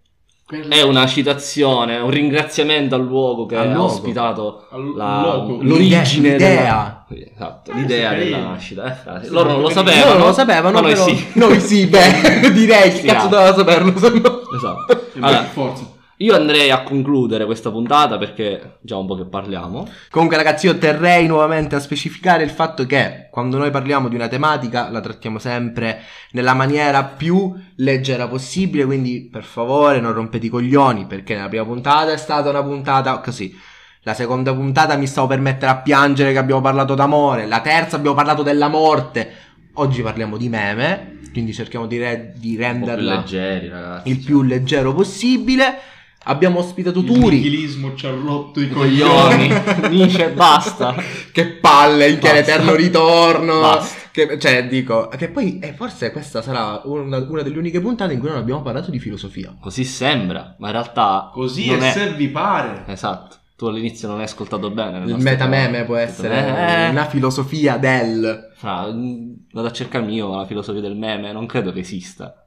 Speaker 3: per
Speaker 2: È una citazione, un ringraziamento al luogo che
Speaker 1: Al
Speaker 2: ha
Speaker 1: luogo.
Speaker 2: ospitato
Speaker 3: Al-
Speaker 2: la-
Speaker 3: loco.
Speaker 1: Lo-
Speaker 2: l'origine
Speaker 1: L'idea.
Speaker 2: della- Sì, esatto,
Speaker 3: Eh,
Speaker 2: l'idea
Speaker 3: sì,
Speaker 2: della
Speaker 3: carino.
Speaker 2: nascita. eh, frase.
Speaker 3: Sì,
Speaker 2: Loro non lo
Speaker 3: carino.
Speaker 2: sapevano.
Speaker 1: Loro non lo sapevano,
Speaker 2: ma noi
Speaker 1: però
Speaker 2: sì.
Speaker 1: noi sì, beh, *laughs* direi che
Speaker 2: Sì,
Speaker 1: cazzo
Speaker 2: ah.
Speaker 1: doveva saperlo. se no-
Speaker 2: Esatto.
Speaker 3: Sì,
Speaker 2: Allora.
Speaker 3: per forza.
Speaker 2: Io andrei a concludere questa puntata perché già un po' che parliamo.
Speaker 1: Comunque, ragazzi, io terrei nuovamente a specificare il fatto che quando noi parliamo di una tematica la trattiamo sempre nella maniera più leggera possibile. Quindi, per favore, non rompete i coglioni, perché nella prima puntata è stata una puntata così. La seconda puntata mi stavo per mettere a piangere che abbiamo parlato d'amore. La terza abbiamo parlato della morte. Oggi parliamo di meme, quindi cerchiamo di, re- di
Speaker 2: Un po' più
Speaker 1: renderla
Speaker 2: leggeri, ragazzi.
Speaker 1: il più leggero possibile. Abbiamo ospitato
Speaker 3: Il
Speaker 1: Turi.
Speaker 3: nichilismo ci ha rotto
Speaker 2: *laughs*
Speaker 3: i
Speaker 2: coglioni.
Speaker 3: coglioni.
Speaker 2: Dice basta.
Speaker 1: che palle, il che
Speaker 2: Basta.
Speaker 1: l'eterno ritorno.
Speaker 2: Basta.
Speaker 1: Che- cioè, dico, che poi eh, forse questa sarà una, una delle uniche puntate in cui non abbiamo parlato di filosofia.
Speaker 2: Così sembra, ma in realtà
Speaker 3: Così
Speaker 2: non
Speaker 3: e
Speaker 2: è...
Speaker 3: se vi pare.
Speaker 2: Esatto. Tu all'inizio non hai ascoltato bene. le
Speaker 1: Il
Speaker 2: nostre
Speaker 1: metameme
Speaker 2: parole.
Speaker 1: può essere
Speaker 2: Eh,
Speaker 1: una filosofia del...
Speaker 2: fra, mm, vado a cercarmi io la filosofia del meme, non credo che esista.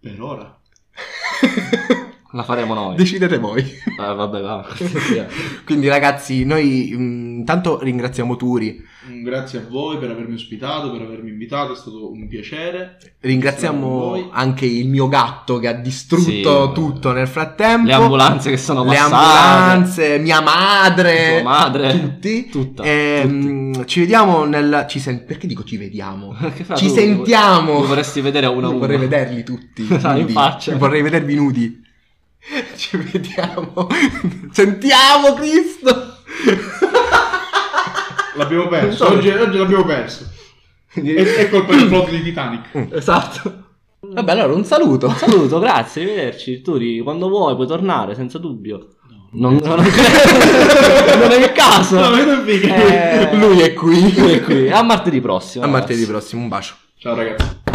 Speaker 3: Per ora.
Speaker 2: La faremo noi.
Speaker 1: Decidete voi.
Speaker 2: Ah, vabbè, va. cortesia.
Speaker 1: Quindi ragazzi, noi mh, intanto ringraziamo Turi,
Speaker 3: Mm, Grazie a voi per avermi ospitato, per avermi invitato, è stato un piacere. Grazie a voi.
Speaker 1: ringraziamo anche il mio gatto che ha distrutto
Speaker 2: Sì.
Speaker 1: tutto nel frattempo.
Speaker 2: Le ambulanze che sono
Speaker 1: Le
Speaker 2: passate.
Speaker 1: ambulanze, mia madre,
Speaker 2: Tua madre.
Speaker 1: tutti.
Speaker 2: Tutta.
Speaker 1: E,
Speaker 2: tutti.
Speaker 1: mm, ci vediamo nel. Ci sen- perché dico ci
Speaker 2: *laughs*
Speaker 1: vediamo?
Speaker 2: Che fra,
Speaker 1: ci
Speaker 2: tu-
Speaker 1: sentiamo.
Speaker 2: tu vorresti vedere a uno a
Speaker 1: Io
Speaker 2: uno.
Speaker 1: Vorrei vederli tutti.
Speaker 2: *laughs* Ah, in
Speaker 1: nudi.
Speaker 2: faccia.
Speaker 1: Vorrei vedervi nudi. *laughs* Ci vediamo. *laughs* Sentiamo Cristo.
Speaker 3: L'abbiamo perso,
Speaker 2: Sorry.
Speaker 3: oggi, oggi l'abbiamo perso.
Speaker 1: *laughs*
Speaker 3: È, è colpa del flop di Titanic.
Speaker 2: Esatto.
Speaker 1: Vabbè, allora un saluto.
Speaker 2: Saluto, grazie, arrivederci. Turi, quando vuoi puoi tornare, senza dubbio. Non, non, non è *laughs* il caso.
Speaker 3: No, vedo figa.
Speaker 1: *laughs*
Speaker 2: Eh,
Speaker 1: Lui è qui.
Speaker 2: lui è qui. A martedì prossimo.
Speaker 1: *laughs* A martedì
Speaker 2: ragazzi.
Speaker 1: prossimo, un bacio.
Speaker 3: Ciao ragazzi.